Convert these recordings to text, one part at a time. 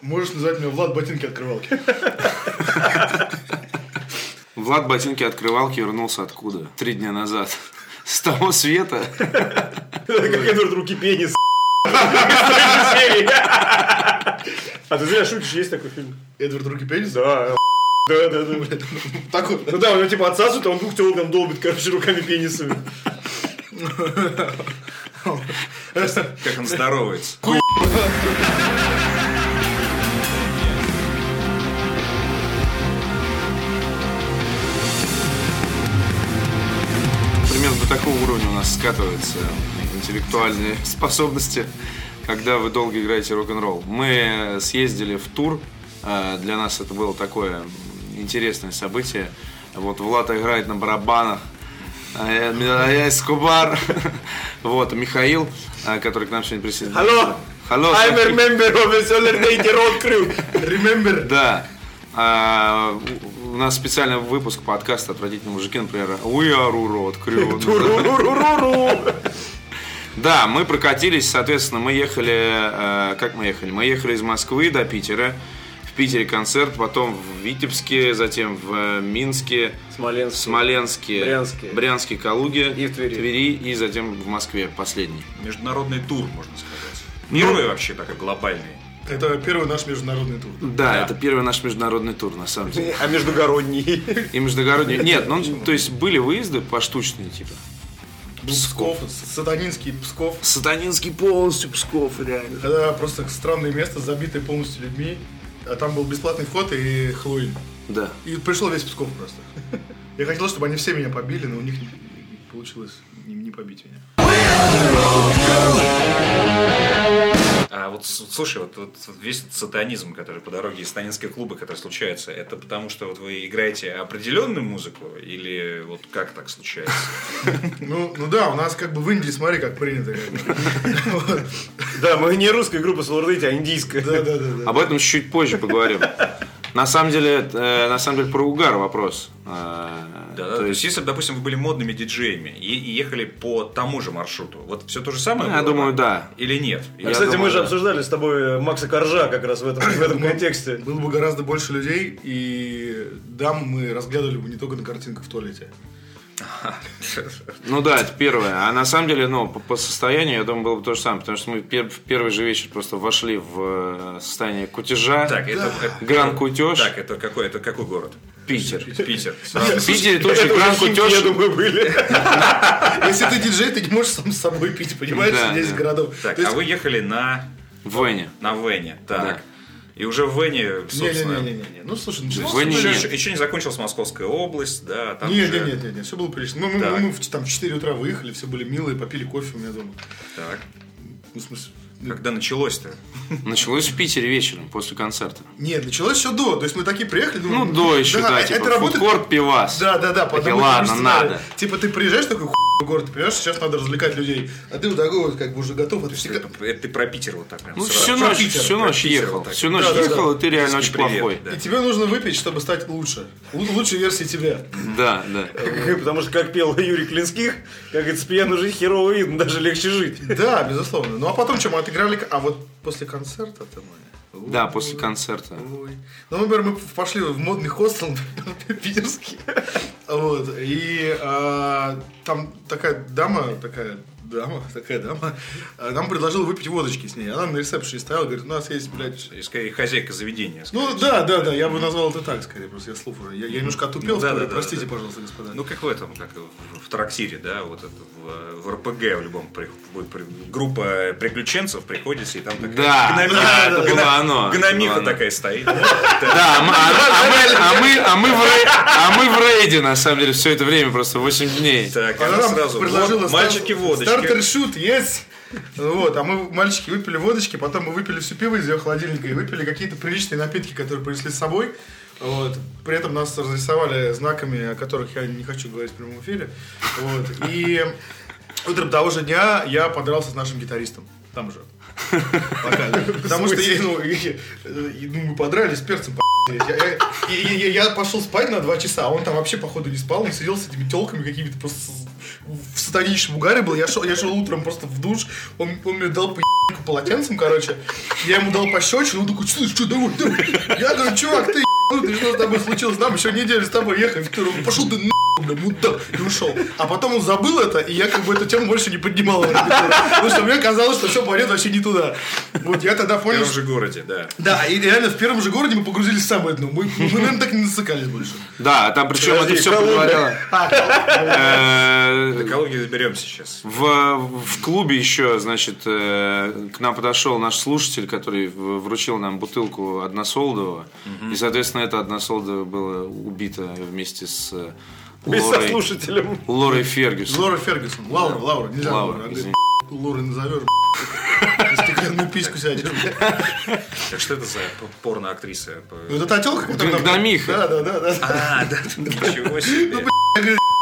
Можешь назвать меня Влад Ботинки открывалки. Влад ботинки открывалки вернулся откуда? Три дня назад. С того света. Как я говорю, руки пенис. А ты зря шутишь, есть такой фильм? Эдвард Руки Пенис? Да. Да, да, да. Так вот. Ну да, у него типа отсасывают, а он двух телок там долбит, короче, руками пенисами. Как он здоровается. Примерно до такого уровня у нас скатываются интеллектуальные способности, когда вы долго играете рок-н-ролл. Мы съездили в тур, э, для нас это было такое м, интересное событие. Вот Влад играет на барабанах, а я, а я Эскобар. Вот, Михаил, э, который к нам сегодня присоединился. Алло. Алло, I'm a Сахи. member of a Solidarity Road Crew. Remember. Да. А, у- у нас специальный выпуск подкаста «Отвратительные мужики», например, «We are Urod Crew». Туру-ру-ру-ру-ру. Да, мы прокатились, соответственно, мы ехали, э, как мы ехали? Мы ехали из Москвы до Питера, в Питере концерт, потом в Витебске, затем в э, Минске, в Смоленск. Смоленске, Брянске. Брянске, Калуге, И в Твери. и затем в Москве, последний. Международный тур, можно сказать. Ну, Мировой вообще такой глобальный. Это первый наш международный тур. Да, это первый наш международный тур, на самом деле. А междугородний. И междугородний. Нет, ну, то есть были выезды поштучные, типа. Был Псков, сатанинский Псков. Сатанинский полностью Псков, реально. Это просто странное место, забитое полностью людьми. А там был бесплатный вход и Хэллоуин. Да. И пришел весь Псков просто. Я хотел, чтобы они все меня побили, но у них не не получилось не- не побить меня. А вот с- слушай, вот, вот весь этот сатанизм, который по дороге из станинских клуба, который случается, это потому что вот вы играете определенную музыку или вот как так случается? Ну, ну да, у нас как бы в Индии, смотри, как принято. как бы. Вот. Да, мы не русская группа Solidarity, а индийская. Да, да, да, да. Об этом чуть позже поговорим. На самом деле, э, на самом деле про угар вопрос. Э, Да, да, то есть, если бы, допустим, вы были модными диджеями и, и ехали по тому же маршруту, вот все то же самое? Ну, Я было бы? думаю, да. Или нет? А, Я Кстати, мы думаю, же да. Ну, обсуждали с тобой э, Макса Коржа как раз в этом, в этом контексте. Было бы гораздо больше людей, и дам мы разглядывали бы не только на картинках в туалете. Ну да, это первое. А на самом деле, ну, по, по состоянию, я думаю, было бы то же самое, потому что мы пер- в первый же вечер просто вошли в э, состояние кутежа. Так, это... э, Гран-кутеж. Так, это какой, это какой город? Питер. Питер. В Питере тут же Это уже химки, я гран-кутеж. думаю, были. Если ты диджей, ты не можешь сам с собой пить, понимаешь, Да, 10 да. городов. Так, То есть- а вы ехали на, В Вене. на Вене. Так. Да. И уже в Вене, собственно... Не-не-не-не. Ну, слушай, В началось. Вене еще, нет. еще- еще не закончилась Московская область, да, там Нет, уже- нет, нет, нет, все было прилично. Мы, мы- Так. мы в- там в 4 утра выехали, все были милые, попили кофе у меня дома. Так. Ну, в смысле. Когда началось-то? Началось в Питере вечером, после концерта. Нет, началось еще до. То есть мы такие приехали, думаем, э, Ну, до еще, да, это типа, работает- фудкорт, пивас. Да, да, да, Такие, потому что ладно, мы надо. сценарий. Типа ты приезжаешь такой хуй в город, ты понимаешь, сейчас надо развлекать людей. А ты вот такой вот как бы уже готов, а ты всегда... Это, это ты про Питер вот так прям Ну, сразу. всю Про ночь, Питер, всю про ночь Питер ехал. вот так. Всю ночь Да, да, ехал, и ты реально Русский очень привет, плохой. да. И тебе нужно выпить, чтобы стать лучше. Лу- Лучшей версией тебя. Да, да. Потому что как пел Юрий Клинских, как это с пьяну жить херово видно, даже легче жить. Да, безусловно. Ну а потом что, мы отыграли... к- А вот после концерта ты мой. Да, после концерта. Ой. Ну, например, мы пошли в модный хостел питерский. Вот. И а, там такая дама, такая дама, такая дама, а, нам предложила выпить водочки с ней. Она на ресепшене стояла, говорит, у нас есть, блядь, И скорее хозяйка заведения. скорее. ну да, да, да, я бы назвал это так скорее, просто я слух уже. Я, я немножко отупел, Ну, в да, туре, да, да, простите, да. пожалуйста, господа. Ну, как в этом, как в, в трактире, да, вот это в, в РПГ в любом при- вы- при- группа приключенцев приходится, и там такая Да, гноми- да, это гно- было оно, это гномиха было оно. такая стоит. да. Да, а мы- а- а мы- а мы а мы в рей- а мы в рейде, на самом деле, все это время, просто 8 дней. Так, Она она нам сразу. предложила вот, стар- Мальчики Стартер водочки. шут, есть. Вот, а мы, мальчики, выпили водочки, потом мы выпили все пиво из ее холодильника и выпили какие-то приличные напитки, которые принесли с собой. Вот. При этом нас разрисовали знаками, о которых я не хочу говорить в прямом эфире. Вот. И утром того же дня я подрался с нашим гитаристом. Там же. Локально. Потому что я, ну, и- и, ну, мы подрались перцем, по***ли. я, я- и- и- и я пошел спать на два часа, а он там вообще, походу, не спал, он сидел с этими телками какими-то просто с- в сатаническом угаре был. Я шел, я шел утром просто в душ, он, он мне дал по ебальнику полотенцем, короче. Я ему дал пощечину, он такой, слышь, что, давай, давай. Я говорю, чувак, ты ебанутый, что с тобой случилось? Нам еще неделю с тобой ехать. Он говорит, Пошел ты нахуй, бля, мудак, и ушел. А потом он забыл это, и я как бы эту тему больше не поднимал. в аэропорту. Потому что мне казалось, что все пойдет вообще не туда. Вот я тогда В понял, первом что же городе, да. да, и реально в первом же городе мы погрузились в самое дно. Мы, мы наверное, так и не насыкались больше. Да, там причем это Подожди, все Колумбия. А, предваряло. Э, До Калуги доберемся сейчас. В, в клубе еще, значит, э, к нам подошел наш слушатель, который в- вручил нам бутылку односолдового. И, соответственно, это односолдовое было убито вместе с э, И со Лорой, слушателем. Лорой Фергюсон. Лора Фергюсон. Лаура, Лаура, нельзя. Лаура, Лора, извини. Лора назовешь. б***ь. Стеклянную письку сядешь. Так что это за п- порно-актриса? П- Ну это тателка, которая... нам- Гномиха. Да, да, да, да. А А, да, ничего себе.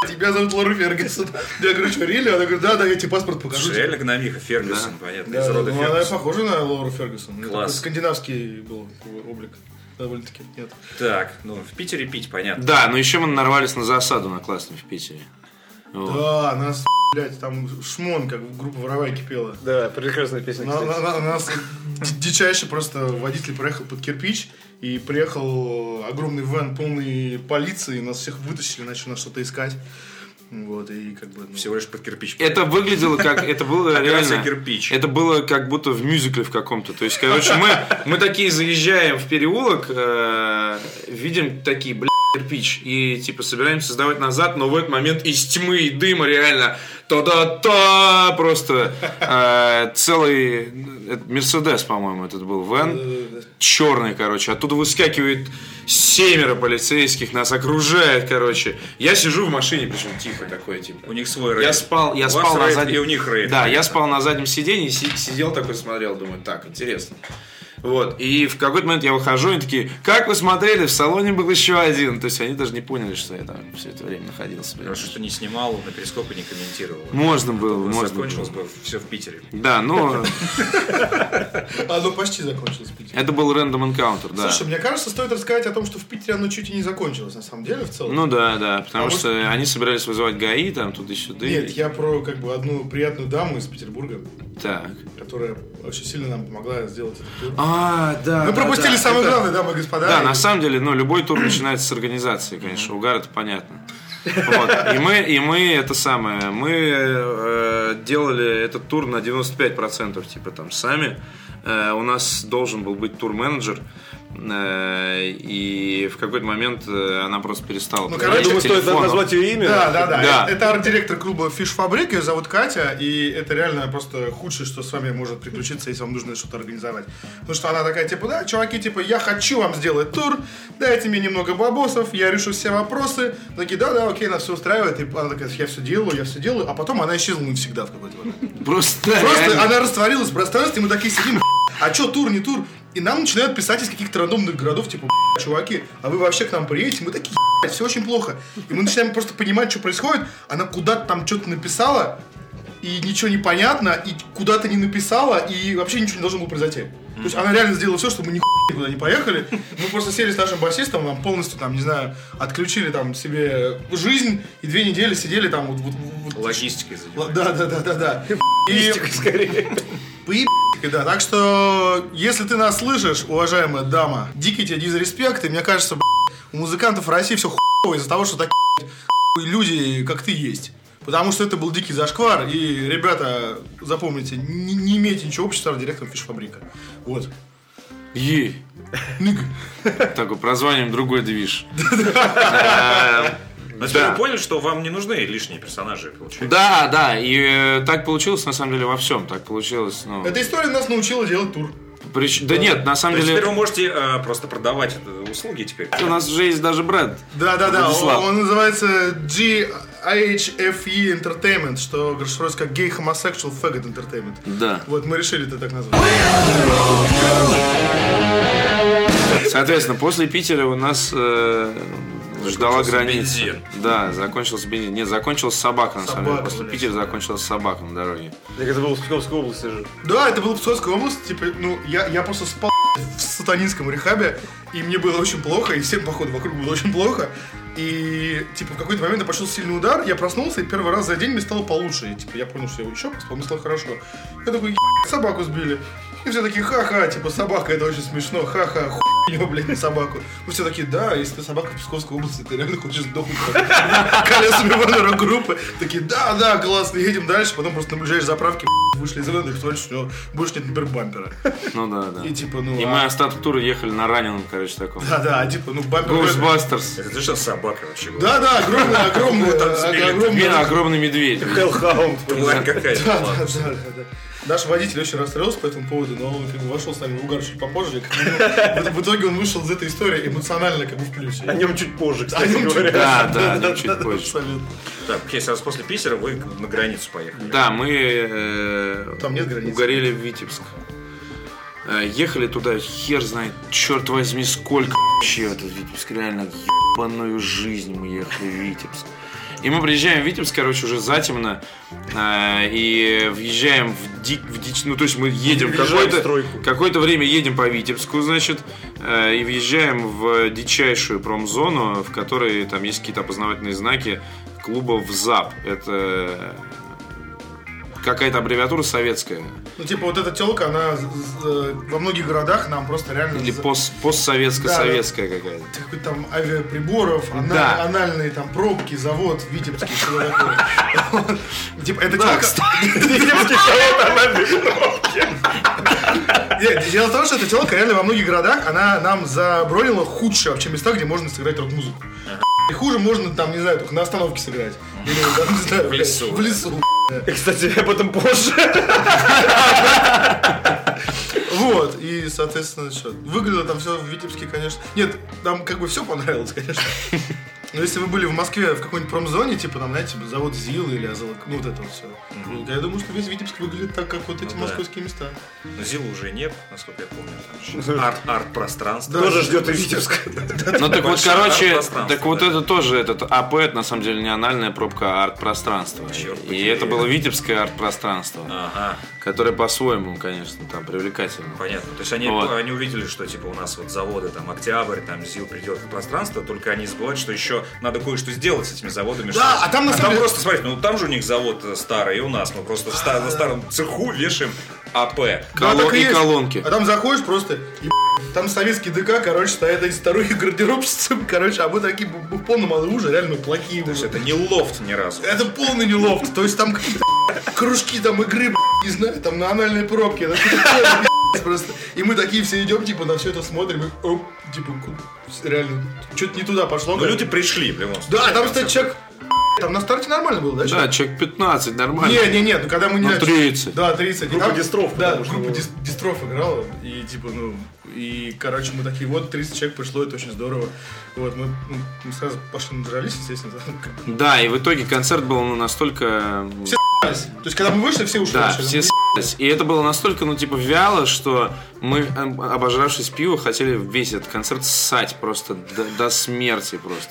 Тебя зовут Лора Фергюсон. Я говорю, что, реально? Она говорит, да, да, я тебе паспорт покажу. Слушай, реально гномиха Фергюсон, понятно, Да, из да, рода ну, она Фергюсон. похожа на Лору Фергюсон. У неё Класс. такой Скандинавский был облик. Довольно-таки, нет. Так, ну в Питере пить, понятно. Да, но еще мы нарвались на засаду на классном в Питере. Вот. Да, нас, блядь, там шмон, как группа Воровайки пела. Да, прекрасная песня, На- на- кстати. на- нас ди- дичайше просто водитель проехал под кирпич и приехал огромный ван полный полиции, и нас всех вытащили, начали нас что-то искать. Вот, и как бы... ну, Всего лишь под кирпич. Это выглядело как... Это было Операция Э, реально... Э, «Кирпич». Это было как будто в мюзикле в каком-то. То есть, короче, мы, мы такие заезжаем в переулок, э, видим такие, блядь, кирпич. И, типа, собираемся сдавать назад, но в этот момент из тьмы и дыма реально та-да-та просто э, целый... это Мерседес, по-моему, этот был, вен. э, черный, короче. Оттуда выскакивает семеро полицейских, нас окружает, короче. Я сижу в машине, причем тихо такой, типа. У них свой рейд. Я спал, я У спал вас на рейд, заднем. и у них рейд. Да, я спал на заднем сиденье, си- сидел такой, смотрел, думаю, так, интересно. Вот, и в какой-то момент я выхожу, и они такие, как вы смотрели, в салоне был еще один. То есть они даже не поняли, что я там все это время находился. Хорошо, что не снимал, на перископе не комментировал. Можно было, можно Закончилось было. бы все в Питере. Да, ну, А, ну почти закончилось в Питере. это был рандом энкаунтер, да. Слушай, мне кажется, стоит рассказать о том, что в Питере оно чуть и не закончилось, на самом деле, в целом. Ну да, да, потому А вот- что они собирались вызывать ГАИ, там, туда-сюда. Нет, я про как бы одну приятную даму из Петербурга, Так. которая очень сильно нам помогла сделать этот тур. А, да. Мы да, пропустили да, самое это- главное, дамы и господа. Да, И- на самом деле, ну, любой тур начинается с организации, конечно. Угар это понятно. Вот. И мы, и мы это самое, мы э, делали этот тур на 95% типа там сами. Э, у нас должен был быть тур-менеджер. Э, и в какой-то момент э, она просто перестала. Ну, короче, подходить к Думаю, стоит телефону. назвать ее имя. Да, да, да. Да. Это арт-директор клуба Fish Fabric, ее зовут Катя, и это реально просто худшее, что с вами может приключиться, если вам нужно что-то организовать. Потому что она такая, типа, да, чуваки, типа, я хочу вам сделать тур, дайте мне немного бабосов, я решу все вопросы. Такие, да, да, окей, нас все устраивает. И она такая, я все делаю, я все делаю, а потом она исчезла навсегда в какой-то момент. Просто, Просто реально. она растворилась в пространстве, и мы такие сидим, «Б***ь, а чё тур, не тур? И нам начинают писать из каких-то рандомных городов, типа, «Б***ь, чуваки, а вы вообще к нам приедете? Мы такие, все очень плохо. И мы начинаем просто понимать, что происходит. Она куда-то там что-то написала, и ничего не понятно, и куда-то не написала, и вообще ничего не должно было произойти. То есть она реально сделала все, чтобы мы ни никуда не поехали. Мы просто сели с нашим басистом, нам полностью там, не знаю, отключили там себе жизнь, и две недели сидели там вот... вот- вот- Логистикой занимаюсь. Да, да, да, да, да. И скорее. Поеб***ь, да. Так что, если ты нас слышишь, уважаемая дама, дикий тебе дизреспект, и мне кажется, б***ь, у музыкантов в России все хуево из-за того, что такие б***ь, хуевые люди, как ты есть. Потому что это был дикий зашквар, и, ребята, запомните, не, не имейте ничего общего с директором фишфабрика. Вот. Е. Такой, прозванием другой движ. Но теперь Да. вы поняли, что вам не нужны лишние персонажи, получается. Да, да, и э, так получилось на самом деле во всем. Так получилось, ну. Эта история нас научила делать тур. прич- Да нет, на То самом есть теперь вы деле можете э, просто продавать э, услуги теперь. у нас же есть даже бренд. Да-да-да, он, Владислав. он называется GIHFE E Entertainment, что грошируется как Gay Homosexual Faggot Entertainment. Да. Вот мы решили это так назвать. Соответственно, после Питера у нас э, ждала Закончился граница. бензин. Да, закончился бензин. Нет, закончилась собака, на самом деле. Собака, После блядь. Питера закончилась собака на дороге. Так это было в Псковской области же. Да, это было Псковская область, типа, ну, я, я просто спал в сатанинском рехабе, и мне было очень плохо, и всем, походу, вокруг было очень плохо. И, типа, в какой-то момент я почувствовал сильный удар, я проснулся, и первый раз за день мне стало получше. И, типа, я понял, что я еще поспал, мне стало хорошо. Я такой, «Е***, собаку сбили. И все такие, ха-ха, типа, собака, это очень смешно, ха-ха, хуйня, блядь, собаку. Мы все такие, да, если ты собака в Псковской области, ты реально хочешь сдохнуть под колесами Ванера группы. Такие, да, да, классно, едем дальше, потом просто на ближайшей заправке вышли из рынка, и смотришь, что у него больше нет, например, бампера. Ну да, да. И типа, ну, И мы а- остаток тура ехали на раненом, короче, таком. да, да, а типа, ну, бампер... Ghostbusters. Это что, собака вообще? была? Да, да, огромный, огромный, Там сбили, огромный- Блин, огромный медведь. Hellhound. Тварь какая-то Да, была. да, да, да. Наш водитель очень расстроился по этому поводу, но он как бы вошел с нами в угар чуть попозже. как бы, ну, В в итоге он вышел из этой истории эмоционально как бы в плюсе. О нем чуть позже, О кстати нем чуть- говоря. Да, да, о нем чуть позже. Абсолютно. Так, окей, сразу после Питера вы на границу поехали. Да, мы э, Там нет границ. угорели в Витебск. Э, Ехали туда, хер знает, черт возьми, сколько вообще этот Витебск. Реально, ебаную жизнь мы ехали в Витебск. И мы приезжаем в Витебск, короче, уже затемно, э, и въезжаем в, дик, в дичь, ну то есть мы едем Въезжаем в какой-то, стройку. Какое-то время едем по Витебску, значит, э, и въезжаем в дичайшую промзону, в которой там есть какие-то опознавательные знаки клубов ЗАП. Это э, какая-то аббревиатура советская. Ну, типа, вот эта телка, она з- з- во многих городах нам просто реально... Или за- пост, постсоветская, Да, да. советская какая-то. какой-то там авиаприборов, ана- Да. анальные там пробки, завод, Витебский, что такое. Вот. Типа, это телка... Нет, дело в том, что эта телка реально во многих городах, она нам забронила худшие вообще места, где можно сыграть рок-музыку. И хуже можно там, не знаю, только на остановке сыграть. Или там, не знаю, В блядь, лесу. В лесу. И, Кстати, об этом позже. Вот, и, соответственно, что. Выглядело там все в Витебске, конечно. Нет, там как бы все понравилось, конечно. Но если вы были в Москве в какой-нибудь промзоне, типа там, знаете, завод ЗИЛ или Азолок, ну вот это вот все. Я думаю, что весь Витебск выглядит так, как вот эти Ну да. московские места. Но Зилы уже нет, насколько я помню. там же арт- Арт-пространство. Да. Тоже ждет и Витебск. Ну так вот, большое короче, арт-пространство, так вот да. это тоже этот АП, это на самом деле не анальная пробка, а арт-пространство. Чёрт И подери. это было витебское арт-пространство, Ага, которое по-своему, конечно, там привлекательно. понятно. То есть они, Вот. они увидели, что типа у нас вот заводы, там Октябрь, там ЗИЛ пределов пространства, только они забывают, что еще надо кое-что сделать с этими Да, заводами. что- а там, на самом деле- просто, смотрите, ну там же у них завод э, старый, и у нас. Мы просто в ста- на старом цеху вешаем АП. Да, Колон- так и есть. колонки. Ну, А там заходишь просто, еб- там советский ДК, короче, стоят эти старухи гардеробщицы, короче, а мы такие б- б- в полном оружии, реально ну, плохие. То есть уже. это не лофт ни разу. Это полный нелофт, то есть там какие-то кружки там игры, б***ь, не знаю, там на анальной пробке, это что-то такое, б***ь, просто. И мы такие все идем, типа, на все это смотрим, и, оп, типа, ку- реально, что-то не туда пошло. Ну, как- люди пришли, в любом случае. Да, там, кстати, человек, там на старте нормально было, да? Да, человек 15, нормально. Не, не, не, ну когда мы не... Ну, 30. Да, 30. И Группа там- Дистроф, Да, потому что группа было. Дис- Дистроф играла. И типа, ну, и, короче, мы такие, вот, 30 человек пришло, это очень здорово. Вот, мы, ну, мы сразу пошли надрались, естественно. как бы. Да, и в итоге концерт был ну, настолько... Все То есть, когда мы вышли, все ушли. Да, вообще. все ну, с***ались. И это было настолько, ну, типа, вяло, что мы, эм, обожравшись пива, хотели весь этот концерт ссать просто до, до смерти просто.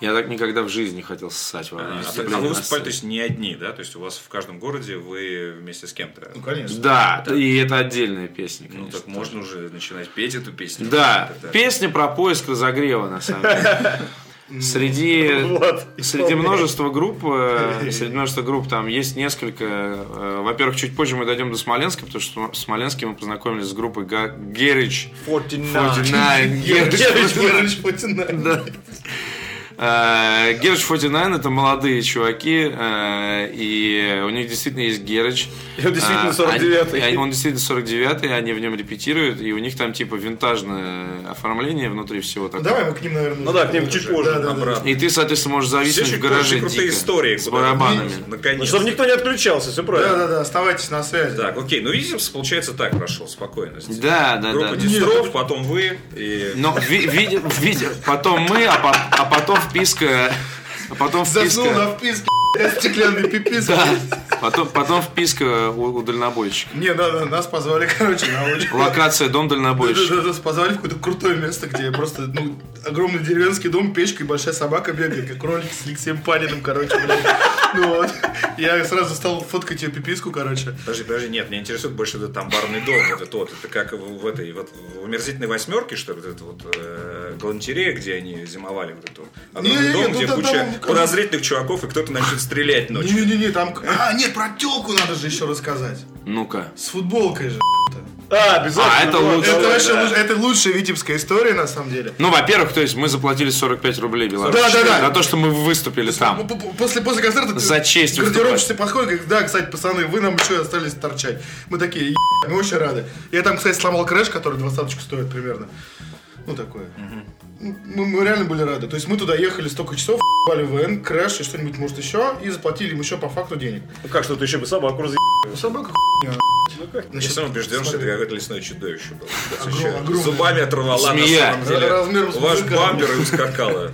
Я так никогда в жизни не хотел ссать во время А, то- выступления а вы на выступали, то сцене. есть не одни, да? То есть у вас в каждом городе вы вместе с кем-то. Ну, конечно. Да, и это отдельная песня, Ну, конечно. так можно уже начинать петь эту песню. Да, Это- песня про поиск разогрева, на самом деле. Ну, Среди, Вот, среди исполняй. множества групп, э, среди множества групп там есть несколько. э, Во-первых, чуть позже мы дойдем до Смоленска, потому что в Смоленске мы познакомились с группой Га- Gerich 49. 49. Герыч, Gerich Герыч, Путина. 49. Э, Gerich 49 это молодые чуваки, э, и у них действительно есть Герыч. И он действительно 49-й. Они- Он действительно 49-й, они в нем репетируют, и у них там типа винтажное оформление внутри всего такого. Давай мы к ним, наверное. Ну да, к ним чуть позже. Да, да, да. Обратно. И ты, соответственно, можешь зависнуть Все в гараже крутые дико, истории. с куда- барабанами. Ну, Наконец. чтобы никто не отключался, все Да, правильно. да, да, оставайтесь на связи. Так, окей, ну Витебск, получается, так прошел спокойно. Да, да, Группа да. Дистров, потом вы и... Но ви- видя- видя- потом мы, а, по- а потом вписка А потом Заснул вписка- на вписке, блядь, стеклянный пипец. Потом, потом вписка у, у дальнобойщика. Не, да, да, нас позвали, короче, на улицу. Локация дом дальнобойщика. Да-да-да, нас позвали в какое-то крутое место, где просто, ну, огромный деревенский дом, печка и большая собака бегает, как кролик с Алексеем Паниным, короче, блядь. Ну вот. Я сразу стал фоткать ее пиписку, короче. Подожди, подожди, нет, меня интересует больше этот там барный дом, вот это вот, это как в, в этой, вот в «Омерзительной восьмерке», что ли, вот это вот э, галантерея, где они зимовали, вот эту огромный Не-не-не, дом, ну где да, куча там- подозрительных чуваков, и кто-то начнет стрелять ночью. Не-не-не, там... А, нет, про телку надо же еще рассказать. Ну-ка. С футболкой же. А, обязательно. А, это вот, лучше. Это давай. вообще луч- это лучшая витебская история, на самом деле. Ну, во-первых, то есть мы заплатили 45 рублей Беларуси. Да-да-да. За то, что мы выступили Ну, там. п- п- После, после концерта ты- За честь гардеробщица подходит, говорит, да, кстати, пацаны, вы нам еще остались торчать. Мы такие, «Е**, мы очень рады. Я там, кстати, сломал крэш, который двадцаточку стоит примерно. Ну, такое. Ну, Мы, мы реально были рады. То есть мы туда ехали столько часов, ебали ВН, крэш и что-нибудь, может, еще, и заплатили им еще по факту денег. Ну как, что ты еще бы собаку разъ... Ну, собака Я сам убежден, что это какое-то лесное чудовище было. огромное. Зубами оторвала Змея. на самом деле Размером с ваш мужика. бампер и ускакала.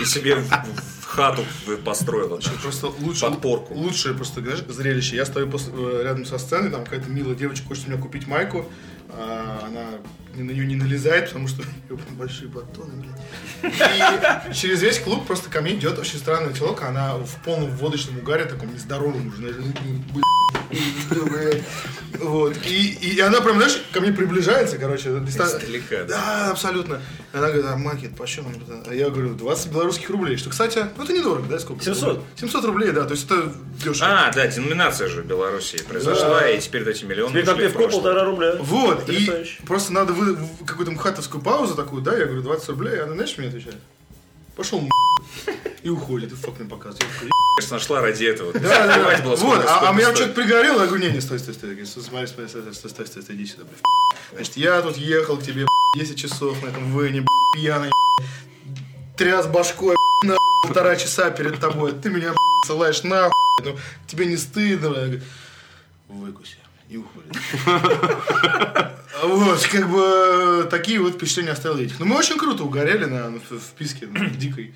И себе в, в хату построила. Просто лучше, Подпорку. лучшее просто знаешь, зрелище. Я стою после- э, рядом со сценой, там какая-то милая девочка хочет у меня купить майку, а она ни на нее не налезает, потому что у нее большие батоны, блядь. И через весь клуб просто ко мне идет очень странная телка, она в полном водочном угаре, таком нездоровом уже, знаешь, ну, блядь. Вот. И, и она прям, знаешь, ко мне приближается, короче. дистан- Издалека, да. да, абсолютно. Она говорит, а макет почем? А я говорю, 20 белорусских рублей. Что, кстати, ну это недорого, да, сколько? 700. 700 рублей, да, то есть это дешево. А, да, деноминация же в Белоруссии произошла, и теперь вот эти миллионы Теперь там ушли в пивко прошлое. полтора рубля. Вот, и Потрясающе. просто надо вы, в какую-то мхатовскую паузу такую, да, я говорю, 20 рублей, она, знаешь, мне отвечает, пошел и уходит, и факт мне показывает. Я такой, Конечно, нашла ради этого. Да, да, Забывать да. было Вот, сколько- а, а сколько меня стоит. что-то пригорело, я говорю, не, не, стой, стой, стой, Я говорю, смотри, смотри, стой, стой, стой, стой, стой, стой, иди сюда, бля. Значит, я тут ехал к тебе, бля, 10 часов на этом вене, бля, пьяный, бля, тряс башкой, бля, на полтора часа перед тобой, ты меня, бля, ссылаешь нахуй, ну, тебе не стыдно, бля? Я говорю, выкуси. И уходит. Вот, как бы такие вот впечатления оставил этих. Ну, мы очень круто угорели на, на- в писке ну, дикой.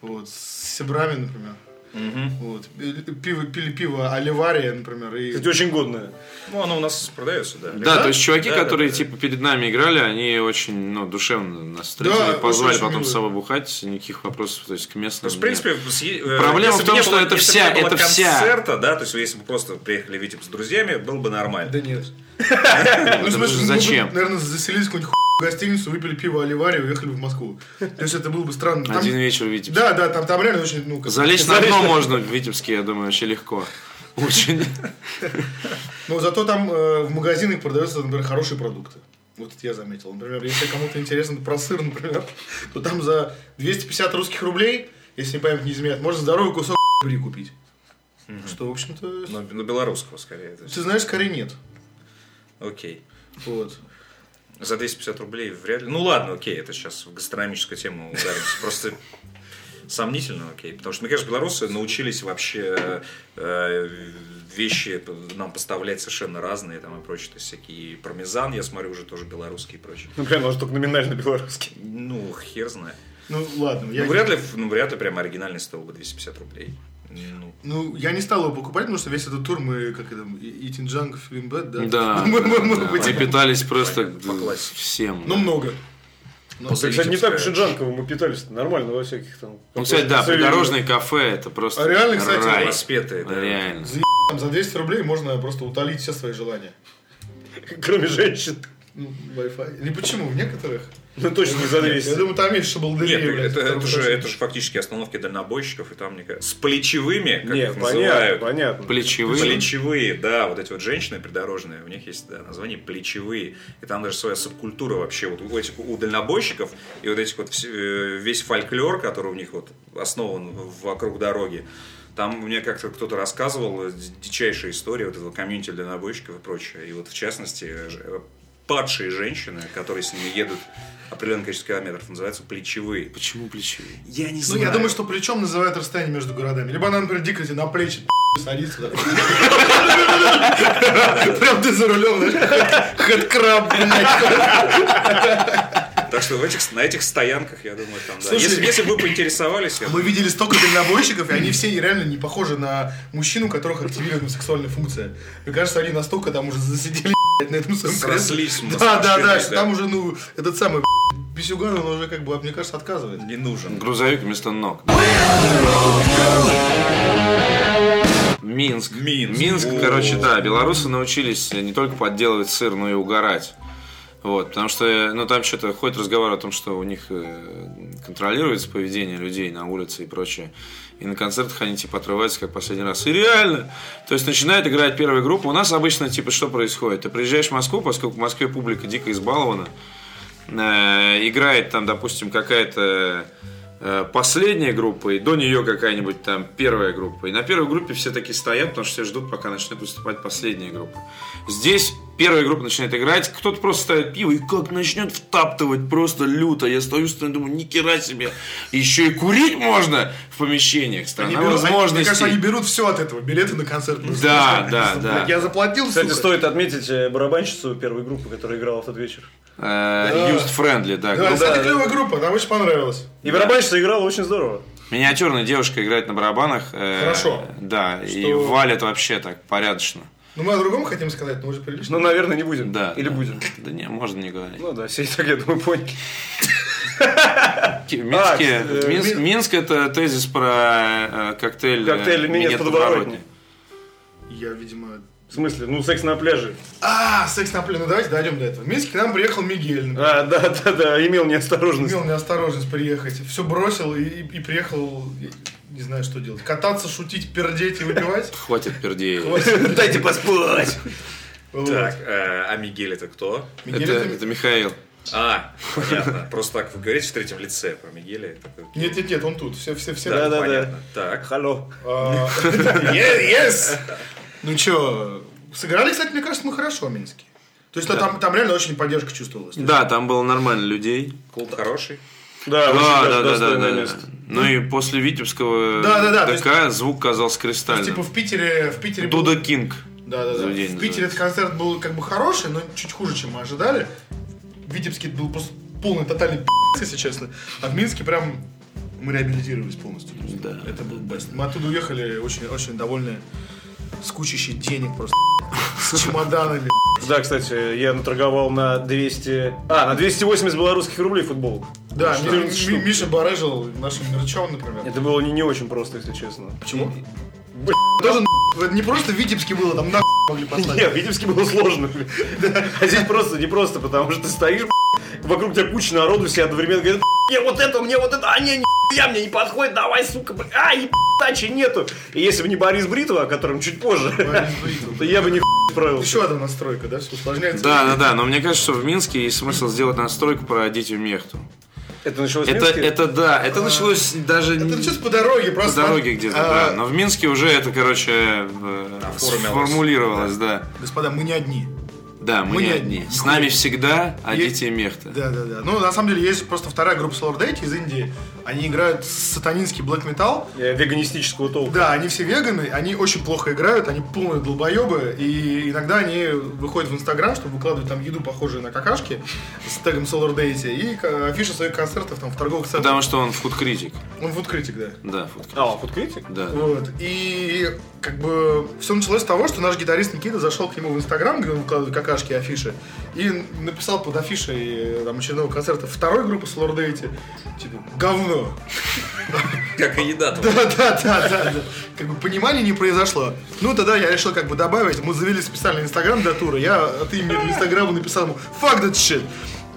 Вот, с сибрами, например. Вот. И- и Пиво, пили пиво Оливария, например. И... Кстати, очень годное. Ну, оно у нас продается, да. Да, то есть чуваки, Да, да, которые да. типа перед нами играли, они очень ну, душевно нас встретили, Да, позвали очень потом милые. Ну, с собой бухать, никаких вопросов то есть, к местным. То есть, в нет. принципе, съе- э, Проблема если в бы том, не что было- это если бы вся- не было это вся. концерта, да, то есть, если бы просто приехали, видите, с друзьями, было бы нормально. Да нет. Это же зачем? наверное, заселились в какую-нибудь хуй гостиницу, выпили пиво Оливария и уехали в Москву. То есть это было бы странно. Там- Один вечер в Витебске. Да, да, там, там реально очень, ну, как- Залечь на дно можно в Витебске, я думаю, вообще легко. Очень. Но зато там э, в магазинах продаются, например, хорошие продукты. Вот это я заметил. Например, если кому-то интересно про сыр, например, то там за 250 русских рублей, если память не изменяет, можно здоровый кусок бри купить. Что, в общем-то, Но, но белорусского, скорее. то есть. ты знаешь, скорее нет. Окей. Вот. За 250 рублей вряд ли. Ну ладно, окей, это сейчас в гастрономическую тему ударимся. Просто сомнительно, окей. Потому что, мне кажется, белорусы научились вообще э, вещи нам поставлять совершенно разные там и прочее. То есть всякие и пармезан, я смотрю, уже тоже белорусский и прочее. Ну, прям, он же только номинально белорусский. Ну, хер знает. Ну, ладно. Я... Ну, вряд ли, ну, вряд ли прям оригинальный стоил бы 250 рублей. Ну, Ну, я не стал его покупать, потому что весь этот тур мы, как это, Eating Junk Film Bad, да? Да. Мы, мы- мы да, были- Мы питались просто По классике. всем. Ну, много. Ну, после Кстати, не так уж и Витебска- Джанкова мы питались нормально во всяких там. Ну, кстати, да, Сувенирах. придорожное кафе это просто А реально, кстати, рай. воспетые, да. Реально. Там за 200 рублей можно просто утолить все свои желания. Кроме женщин. Ну, Wi-Fi. Не почему, в некоторых. Ну, точно не за 200. Я думаю, там меньше шабалдырей, Нет, это, блядь, это там же, точно. это же фактически остановки дальнобойщиков, и там мне кажется, с плечевыми, как Не, их понятно, называют. понятно. Плечевые. Плечевые, да, вот эти вот женщины придорожные, у них есть да, название плечевые, и там даже своя субкультура вообще вот у этих у дальнобойщиков и вот этих вот вс- э, весь фольклор, который у них вот основан в- вокруг дороги. Там мне как-то кто-то рассказывал э, дичайшие истории вот этого комьюнити дальнобойщиков и прочее. И вот в частности э, ж- э, падшие женщины, которые с ними едут определенное количество километров, называются плечевые. Почему плечевые? Я не Ну, знаю. я думаю, что плечом называют расстояние между городами. Либо она, например, дико тебе на плечи садится. такой. Прям ты за рулем, знаешь, хэдкраб, блядь. Так Так что в этих, на этих стоянках, я думаю, там, да. Слушай, если, если бы вы поинтересовались, я Мы видели столько дальнобойщиков, и они все реально не похожи на мужчин, у которых активирована сексуальная функция. Мне кажется, они настолько там уже засидели блядь, на этом своем кресле. Срослись с Да, да, да, машиной, что да. там уже, ну, этот самый Писюган, он уже, как бы, а мне кажется, отказывает. не нужен. Грузовик вместо ног. Минск. Минск. О. короче, да. Белорусы научились не только подделывать сыр, но и угорать. Вот, потому что, ну, там что-то ходит разговор о том, что у них э, контролируется поведение людей на улице и прочее. И на концертах они, типа, отрываются, как последний раз. И реально! То есть начинает играть первая группа. У нас обычно, типа, что происходит? Ты приезжаешь в Москву, поскольку в Москве публика дико избалована, э, играет там, допустим, какая-то э, последняя группа, и до нее какая-нибудь там первая группа. И на первой группе все такие стоят, потому что все ждут, пока начнет выступать последняя группа. Здесь первая группа начинает играть, кто-то просто ставит пиво, и как начнет втаптывать просто люто. Я стою, стою, думаю, ни хера себе. Еще и курить можно в помещениях. Они Страна берут- они- мне возможностей. кажется, они берут все от этого. Билеты на концерт. ну, Да, знаешь, да, блядь, да. Я заплатил, Кстати, сука. стоит отметить э, барабанщицу первой группы, которая играла в тот вечер. Э, Used friendly, Да, да. группа. кстати, Ну да. клевая группа, нам очень понравилась. И барабанщица играла очень здорово. Миниатюрная девушка играет на барабанах. э, Хорошо. Да, и Что- валит вообще так порядочно. Ну, мы о другом хотим сказать, но уже прилично. Ну, наверное, не будем. Да. Или да. будем. Да не, можно не говорить. Ну да, все и так, я думаю, поняли. В Типа, Минске, э, Минс- Мин- Минск это тезис про э, коктейль. э, Коктейль «Минет «Минет подворотни». Я, видимо... В смысле? Ну, секс на пляже. А, секс на плену, давайте дойдем до этого. В Минске к нам приехал Мигель. А, да, да, да, имел неосторожность. Имел неосторожность приехать. Все бросил и, и приехал, и не знаю, что делать. Кататься, шутить, пердеть и выпивать. Хватит пердей. Дайте поспать. Вот. Так, э, а Мигель это кто? Мигель Это, это- это Михаил. А, понятно. Просто так вы говорите в третьем лице про Мигеля. такой, Нет, нет, нет, он тут. Все, все, все. Да, да, да. понятно. Так. Халло. А, е- yes. Ну чё, сыграли, кстати, мне кажется, мы хорошо в Минске. То есть ну, там, там реально очень поддержка чувствовалась. Да, там было нормально людей. Клуб хороший. Да, очень А, Да, даже да, да, да, достойное да, место. да. Ну и после Витебского Да, да, да, то ДК звук казался То есть, кристальным. типа в Питере, в Питере был- Дуда Кинг. Да, да, да. Заведение В Питере этот концерт был как бы хороший, но чуть хуже, чем мы ожидали. В Витебске это был просто полный тотальный пи***ц, если честно. А в Минске прям мы реабилитировались полностью. То есть Да. Это был best. Мы оттуда уехали очень, очень довольные, с кучищей денег просто, с чемоданами. Да, кстати, я наторговал на 200... А, на 280 белорусских рублей футболок. Да, Ну Что? Ми- Что? Ми- Миша барыжил нашим мерчом, например. Это было не, не очень просто, если честно. Почему? Э, Блин. Тоже нахуй. Это не просто в Витебске было, там нахуй могли Не, послать. в Витебске было сложно. блин. А здесь просто не просто, потому что ты стоишь, блин, вокруг тебя куча народу, все одновременно говорят, мне вот это, мне вот это, а не, я мне не подходит, давай, сука, блин, а, ебать, дачи нету. И если бы не Борис Бритва, о котором чуть Ну, позже, то я бы не справился. Еще одна настройка, да, все усложняется. Да, да, да, но мне кажется, что в Минске есть смысл сделать настройку про «Дети в мехту». Это началось в Это, Минске? это да, это началось даже Это не- началось по дороге, по просто. дороге где-то, А, да. Но в Минске уже это, короче, э, форуме сформулировалось, да. Господа, мы не одни. Да, мы, не одни. С нами всегда, а Есть- дети мехта. Да, да, да. Ну, на самом деле, есть просто вторая группа Slaughter Deity из Индии. Они играют сатанинский блэк металл. Э, веганистического толка. Да, они все веганы, они очень плохо играют, они полные долбоебы, и иногда они выходят в Инстаграм, чтобы выкладывать там еду, похожую на какашки, с тегом Solar Deity, и э, афиши своих концертов там в торговых центрах. Потому что он фудкритик. Он фудкритик, да. Да, фудкритик. А, фудкритик? Да. Вот. И как бы все началось с того, что наш гитарист Никита зашел к нему в Инстаграм, где он выкладывает какашки и афиши, и написал под афишей э, там, очередного концерта второй группы Solar Deity, типа, говно. Как и еда твоя. Да, да, да, да, да. Как бы понимания не произошло. Ну, тогда я решил как бы добавить. Мы завели специальный инстаграм для тура. Я от имени инстаграма написал ему «Fuck that shit».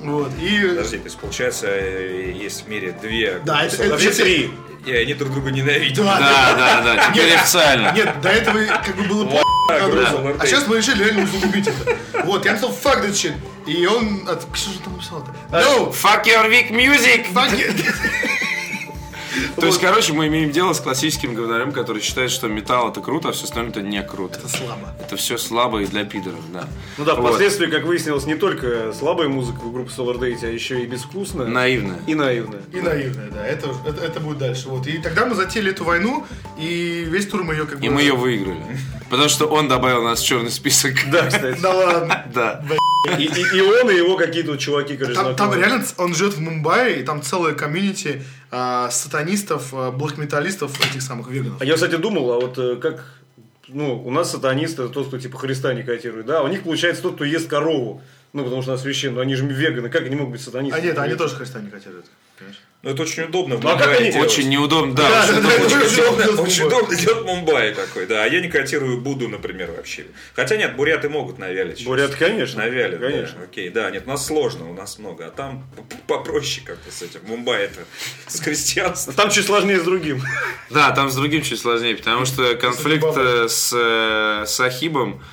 Вот, и... Подожди, то есть получается э, есть в мире две Да, группы это- это- Вообще это- три. И они друг друга ненавидят. Да, Да, да, да, теперь официально. Нет, до этого как бы было по***, Да, друг да. другу. А сейчас мы решили реально усугубить это. Вот, я написал «Fuck that shit». И ну. он... от- Что же там написал-то? No! Ну, Fuck your weak music! Fuck it! То есть, короче, мы имеем дело с классическим говнарем, который считает, что металл это круто, а все остальное это не круто. Это слабо. Это все слабо и для пидоров, да. Ну да, Вот. впоследствии, как выяснилось, не только слабая музыка у группы Solar Date, а еще и безвкусная. Наивно. И наивная. И наивная, да. Это, это, это будет дальше. Вот. И тогда мы затеяли эту войну, и весь тур мы ее как бы... И мы ее выиграли. Потому что он добавил нас в черный список. Да, кстати. Да ладно. Да. И, и- и он, и его какие-то чуваки, короче, А Там, там знакомые. реально ц- он живет в Мумбаи, и там целая комьюнити а, сатанистов, а, блэкметалистов, этих самых веганов. А я, кстати, думал, а вот э, как... Ну, у нас сатанисты это тот, кто типа Христа не котирует, да? а У них получается тот, кто ест корову. Ну, потому что она священная, они же веганы, как они могут быть сатанистами? А нет, они тоже Христа не котируют. понимаешь? Ну, это очень удобно. в Ну, а как Мумбаи они- делать. Очень неудобно. Да, Да, да, да, это Очень очень удобно удобно, очень Мумбаи. удобно делать Мумбаи такой, да. А я не котирую Буду, например, вообще. Хотя нет, буряты могут навялить. Бурят, Ну, конечно. Навяли, конечно. конечно. Окей, да, нет, у нас сложно, у нас много. А там п- попроще как-то с этим. Мумбаи это с христианством. Там чуть сложнее с другим. Да, там с другим чуть сложнее, потому что конфликт э, с, э, с Ахибом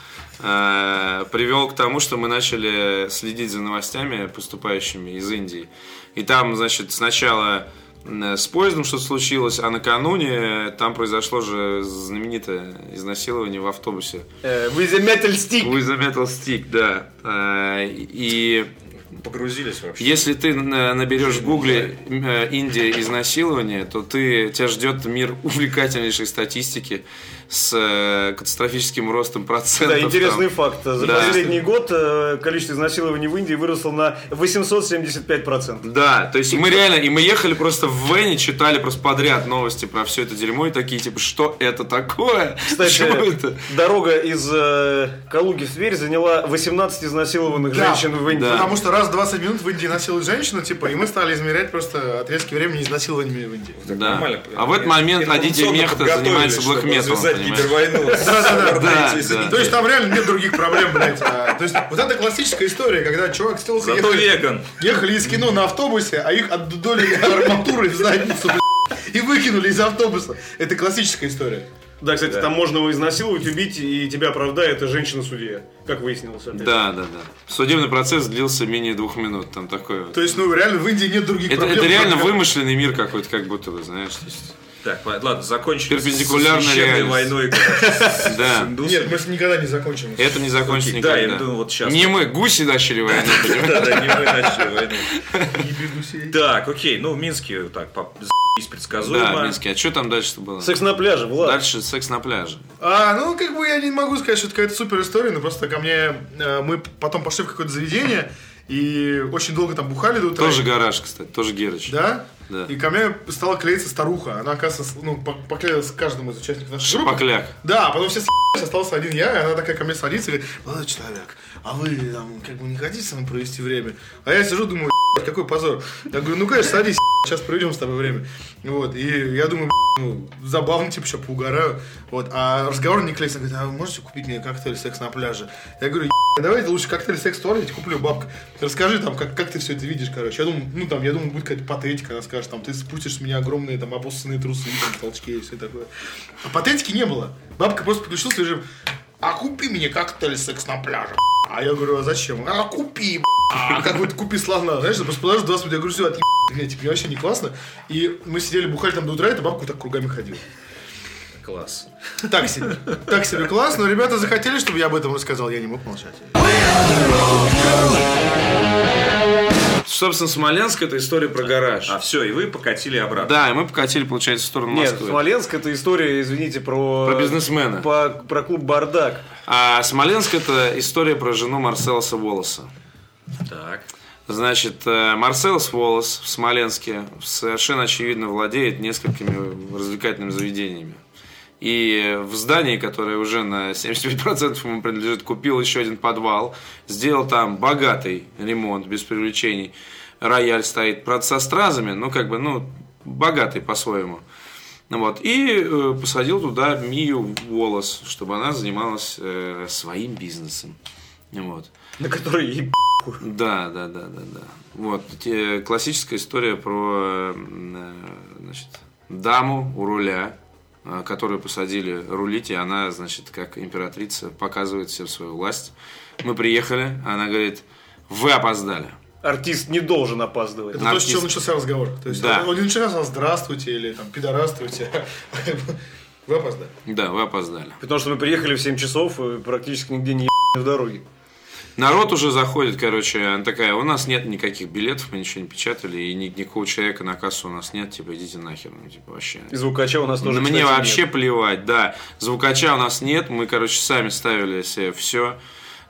э, привел к тому, что мы начали следить за новостями, поступающими из Индии. И там, значит, сначала э, с поездом что-то случилось, а накануне э, там произошло же знаменитое изнасилование в автобусе. Э, Вы заметили стик. Вы заметил стик, да. Э, И Погрузились вообще. если ты на- наберешь в Гугле э, Индия изнасилование, то ты, тебя ждет мир увлекательнейшей статистики с э, катастрофическим ростом процентов. Да, интересный там. факт. За Да. последний год э, количество изнасилований в Индии выросло на 875%. Да, то есть мы реально, и мы ехали просто в Вене, читали просто подряд новости про все это дерьмо и такие, типа, что это такое? Кстати, э, Почему это? дорога из э, Калуги в Тверь заняла 18 изнасилованных Да. женщин в Индии. Да. Потому что раз в 20 минут в Индии насилуют женщину, типа, и мы стали измерять просто отрезки времени изнасилованиями в Индии. Так Да. нормально. А в этот момент Адития Информационно Мехта подготовились, занимается чтобы блэкметалом, развязать понимаешь? кибервойну. да, С- да. То есть там реально нет других проблем, блядь. А, То есть вот это классическая история, когда чувак с Телса Зато ехали, веган. ехали из кино на автобусе, а их отдудолили арматурой в задницу, блядь, и выкинули из автобуса. Это классическая история. Да, кстати, там можно его изнасиловать, убить, и тебя оправдает женщина-судья, как выяснилось. опять. Да, да, да. Судебный процесс длился менее двух минут, там такое. вот. То есть, ну, реально в Индии нет других Это, проблем. это реально кроме- вымышленный мир какой-то, как будто бы, знаешь. то есть, Так, ладно, закончили. с Перпендикулярная священной реальность. войной. короче, с Да. индусами. Нет, мы с- никогда не закончим. Это не закончится Окей, да, никогда. я думаю, вот щас- Не мы, гуси начали войну, понимаешь? Да, да, не а мы начали войну. Ебе гусей. Так, окей, ну в Минске так по- за***ись предсказуемо. Да, Минский. А что там дальше было? Секс на пляже, Влад. Дальше секс на пляже. А, ну, как бы я не могу сказать, что это какая-то супер история, но просто ко мне... э, Мы потом пошли в какое-то заведение, и очень долго там бухали до утра. Тоже гараж, кстати, тоже Герыч. Да? Да. И ко мне стала клеиться старуха. Она, оказывается, с- ну, по- поклеилась к каждому из участников нашей группы. Шпакляк. Да, а потом все с***ись, остался один я, и она такая ко мне садится и говорит, молодой человек, а вы там как бы не хотите со мной провести время? А я сижу, думаю, «Ебать, какой позор. Я говорю, ну конечно, садись, сейчас проведем с тобой время. Вот, и я думаю, «Блин, ну, забавно, типа, еще поугараю. Вот, а разговор не клеится. Она говорит, а вы можете купить мне коктейль «Секс на пляже»? Я говорю, «Ебать, давайте лучше коктейль «Секс в туалете» куплю, бабка. Расскажи там, как, как ты все это видишь, короче. Я думаю, ну там, я думаю, будет какая-то патетика, она скажет, там, ты спустишь с меня огромные там обоссанные трусы, там, толчки и все такое. А патетики не было. Бабка просто подключилась в режим, а купи мне коктейль «Секс на пляже». А я говорю, а зачем? А купи, б***ь». а как вот купи слона, знаешь, просто подожди 20 минут, я говорю, все, отъеб, меня, типа, мне вообще не классно. И мы сидели, бухали там до утра, и эта бабка так кругами ходила. Класс. Так себе, так себе класс, но ребята захотели, чтобы я об этом рассказал, я не мог молчать. Собственно, Смоленск это история про гараж. А все, и вы покатили обратно. а, Да, и мы покатили, получается, в сторону Нет, Москвы. Смоленск это история, извините, про... Про бизнесмена. по- про клуб «Бардак». А Смоленск это история про жену Марселса Волоса. Так. Значит, э, Марселс Волос в Смоленске совершенно очевидно владеет несколькими развлекательными заведениями. И в здании, которое уже на 75% ему принадлежит, купил еще один подвал, сделал там богатый ремонт, без привлечений. Рояль стоит, правда, со стразами, ну, как бы, ну, богатый по-своему. Ну Вот. И э, посадил туда Мию Волос, чтобы она занималась э, своим бизнесом. Вот. На который еб... Да, да, да, да, да. Вот те- классическая история про м, э, значит, даму у руля, э, которую посадили рулить, и она, значит, как императрица показывает всем свою власть. Мы приехали, она говорит, вы опоздали. Артист не должен опаздывать. Это Нам то, с чего не- начался разговор. То есть Да. он не начался со «здравствуйте» или там «пидорастуйте». Вы опоздали. Да, вы опоздали. Потому что мы приехали в 7 часов и практически нигде не ебали в дороге. Народ уже заходит, короче, она такая, у нас нет никаких билетов, мы ничего не печатали, и ни- никакого человека на кассу у нас нет, типа, идите нахер, ну, типа, вообще. И звукача у нас тоже, Мне кстати, вообще нет. плевать, да. Звукача у нас нет, мы, короче, сами ставили себе все.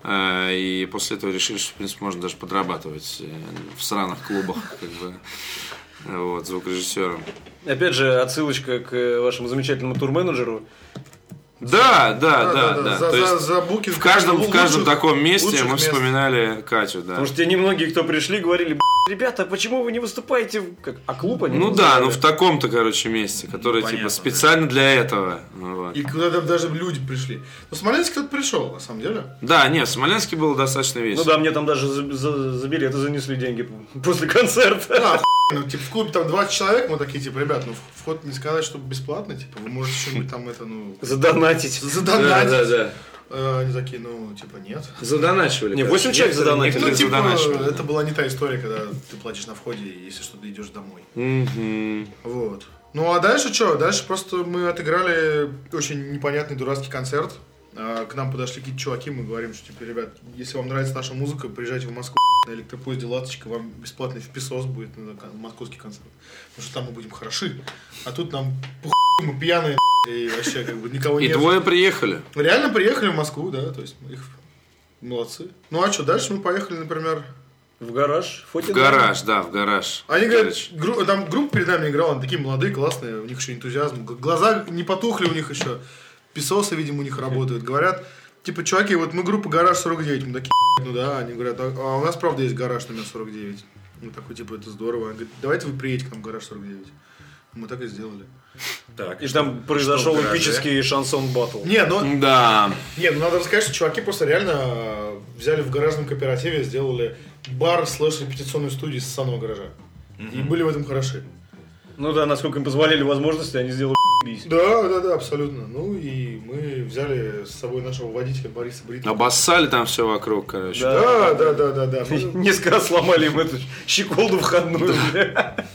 И после этого решили, что, в принципе, можно даже подрабатывать э, в сраных клубах, как бы, вот, звукорежиссером. Опять же, отсылочка к э, вашему замечательному турменеджеру. Да, да, да, да. За- То за- есть За букинг. в каждом, в каждом лучших- таком месте лучших мы мест. вспоминали Катю, да. Потому что те немногие, кто пришли, говорили, «Б***, ребята, почему вы не выступаете? в- Как? А клуб они Ну да, называли? ну в таком-то, короче, месте, которое, понятно, типа, да. специально для этого. Ну, вот. И куда там даже люди пришли. Но в Смоленске кто-то пришел, на самом деле. Да, нет, в Смоленске было достаточно Ну весело. да, мне там даже за, за- за билеты занесли деньги после концерта. Да, ну, типа, в клубе там 20 человек, мы такие, типа, ребят, ну, вход не сказать, что бесплатно, типа, вы можете что-нибудь там это, ну, Задонатить. задонатить. да. Э, Они такие, ну, типа, нет. Задоначивали. Не, короче. восемь человек Некоторые- задонатили. Ну, некоторые типа, задоначивали, это была не та история, когда ты платишь на входе, и если что, ты идешь домой. да. Мгм. Вот. Ну а дальше что? Дальше просто мы отыграли очень непонятный дурацкий концерт. А, К нам подошли какие-то чуваки, мы говорим, что типа, ребят, если вам нравится наша музыка, приезжайте в Москву на электропоезде «Ласточка», вам бесплатный в ПИСОС будет на кон- московский концерт. Потому что там мы будем хороши. А тут нам похуй, мы пьяные, и вообще как бы никого И нет. двое приехали. Реально приехали в Москву, да, то есть мы их молодцы. Ну а что, дальше мы поехали, например, В гараж. В гараж, да, в гараж. Они говорят, Короче, гру- там группа перед нами играла, они такие молодые, классные, у них еще энтузиазм. г- Глаза не потухли у них еще. Песосы, видимо, у них работают. Говорят, типа, чуваки, вот мы группа «Гараж 49». Мы такие, ну да, они говорят, а, а у нас, правда, есть «Гараж номер 49». Мы такой, типа, это здорово. Они говорят, давайте вы приедете к нам в «Гараж 49». Мы так и сделали. Так, И там произошел Что в гараже? эпический шансон батл. Не, ну, Да. Не, ну надо рассказать, что чуваки просто реально э, взяли в гаражном кооперативе, сделали бар слэш репетиционную студию с самого гаража. И были в этом хороши. Ну да, насколько им позволяли возможности, они сделали бись. Да, да, да, абсолютно. Ну и мы взяли с собой нашего водителя Бориса Бритова. Обоссали там все вокруг, короче. Да, да, да, да, да. Ну, Мы- Несколько раз сломали им эту щеколду входную. бля.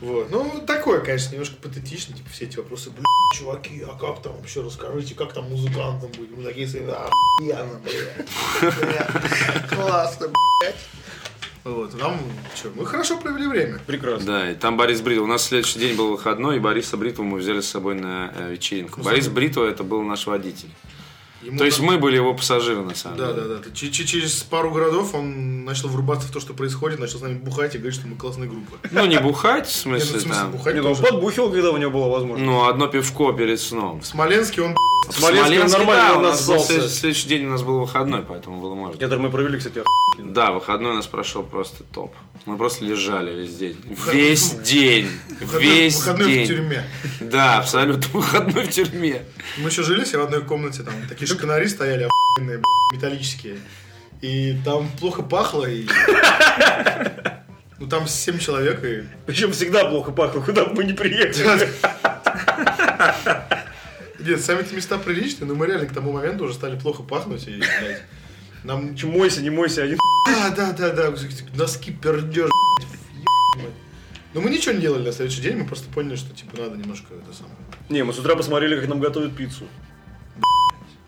Вот. Ну, такое, конечно, немножко патетично, типа все эти вопросы, блин, чуваки, а как там вообще, расскажите, как там музыкантам быть? Мы такие, сидим, а, охуенно, блядь. Бля, Классно, блядь. Вот, нам, что, мы хорошо провели время. Прекрасно. Да, и там Борис Бритва. У нас следующий день был выходной, и Бориса Бритву мы взяли с собой на э, вечеринку. Ну, Борис Бритва это был наш водитель. Ему То есть на- мы были его пассажиры, на самом Ну, Да, деле. да, да. Ты че- че- Через пару городов он начал врубаться в то, что происходит, начал с нами бухать и говорить, что мы классная группа. Ну, не бухать, Нет, в ну, смысле, в смысле, там. бухать Не, ну он тоже. подбухивал, когда у него была возможность. Ну, одно пивко перед сном. В Смоленске он В Смоленске он Смоленске, нормально да, у нас был нассался. след- следующий день у нас был выходной, поэтому было можно. Который мы провели, кстати, Да, выходной у нас прошел просто топ. Мы просто лежали весь день. Весь день. выходной- Весь выходной в день. тюрьме. Да, абсолютно выходной в тюрьме. Мы еще жили все в одной комнате, там такие шканари стояли, охуенные, б***ь, металлические. И там плохо пахло, и... Ну там семь человек, и... Причем всегда плохо пахло, куда бы мы ни приехали. Нет, сами эти места приличные, но мы реально к тому моменту уже стали плохо пахнуть, и, блядь, нам... Чё, Мойся, не мойся, один Да, да, да, да, типа, носки пердеж, но мы ничего не делали на следующий день, мы просто поняли, что типа надо немножко это самое. Не, мы с утра посмотрели, как нам готовят пиццу.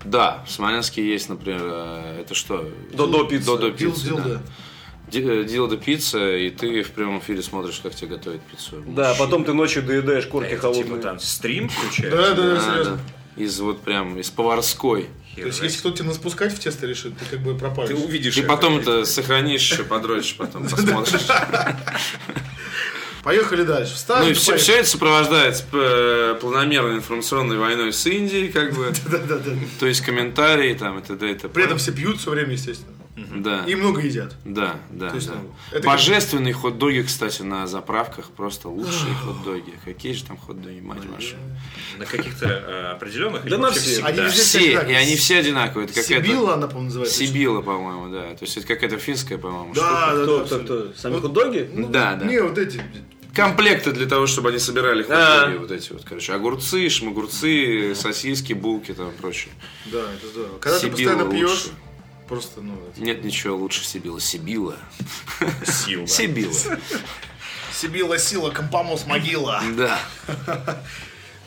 Да, в Смоленске есть, например, э, это что? Додо пицца. Додо Дил, пицца, дил, да. да. Ди- э, Дилдо пицца, и ты в прямом эфире смотришь, как тебе готовят пиццу. Да, потом ты ночью доедаешь корки Это типа холодные. там стрим Да, да, включается. да, Да, серьезно. да. Из вот прям, из поварской. То есть, если кто-то тебя наспускать в тесто решит, ты как бы пропалишь. Ты увидишь. И потом это сохранишь, еще подрочишь, потом посмотришь. Поехали дальше. Встали, Ну и все, поехали. все это сопровождается э, планомерной информационной войной с Индией, как бы. Да-да-да. То есть комментарии там и т.д. и т.п. При этом все пьют все время, естественно. Да, И много едят. да, да. То есть, да. ну, это как- Божественные хот-доги, кстати, на заправках просто лучшие хот-доги. Какие же там хот-доги, мать вашу. На каких-то э, определенных или Да на вообще всех. всегда? Они- Все, и они все одинаковые. Это Сибила какая-то... она, по-моему, называется. Сибила, по-моему, да. То есть это какая-то финская, по-моему, Да, штука. да, Кто, да. кто, кто? абсолютно. Сами Вот, хот-доги? ну, Да, да. Не, вот эти. Комплекты для того, чтобы они собирали хот-доги. А. Вот эти вот, короче. Огурцы, шмагурцы, сосиски, булки там и прочее. Да, это здорово. Когда ты Сибила постоянно лучше. пьешь, Просто, ну, это- Нет ничего лучше Сибила. Сибила. Сил. да. Сибила. Сибила сила, компомос могила. Да.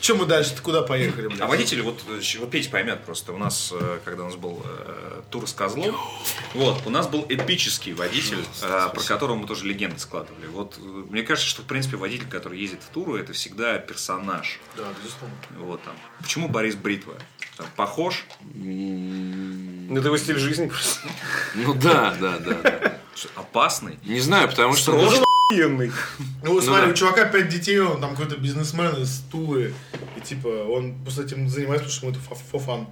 Че мы дальше? Куда поехали, блядь? А водители, вот, э, щ- вот Петя поймет просто, у нас, э, когда у нас был э, тур с козлом, вот, у нас был эпический водитель, э, про которого мы тоже легенды складывали. Вот, э, мне кажется, что, в принципе, водитель, который ездит в туру, это всегда персонаж. Да, безусловно. Вот там. Почему Борис Бритва? Там, похож? Ну, Это его стиль жизни просто. Ну да, да, да. да. Опасный? Не знаю, потому что... ну, Он охуенный. Ну, вот смотри, да. у чувака пять детей, он там какой-то бизнесмен из Тулы. И типа, он просто этим занимается, потому что ему это фофан.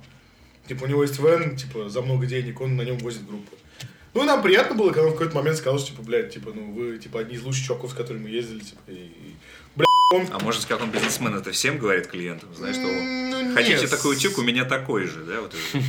Типа, у него есть вен, типа, за много денег, он на нем возит группу. Ну, и нам приятно было, когда он в какой-то момент сказал, что, типа, блядь, типа, ну, вы, типа, одни из лучших чуваков, с которыми мы ездили, типа, и- и... Блядь, он... А может, как он бизнесмен это всем говорит клиентам, знаешь, что М, ну, хотите нет. такой утюг, у меня такой же, да? Вот, это.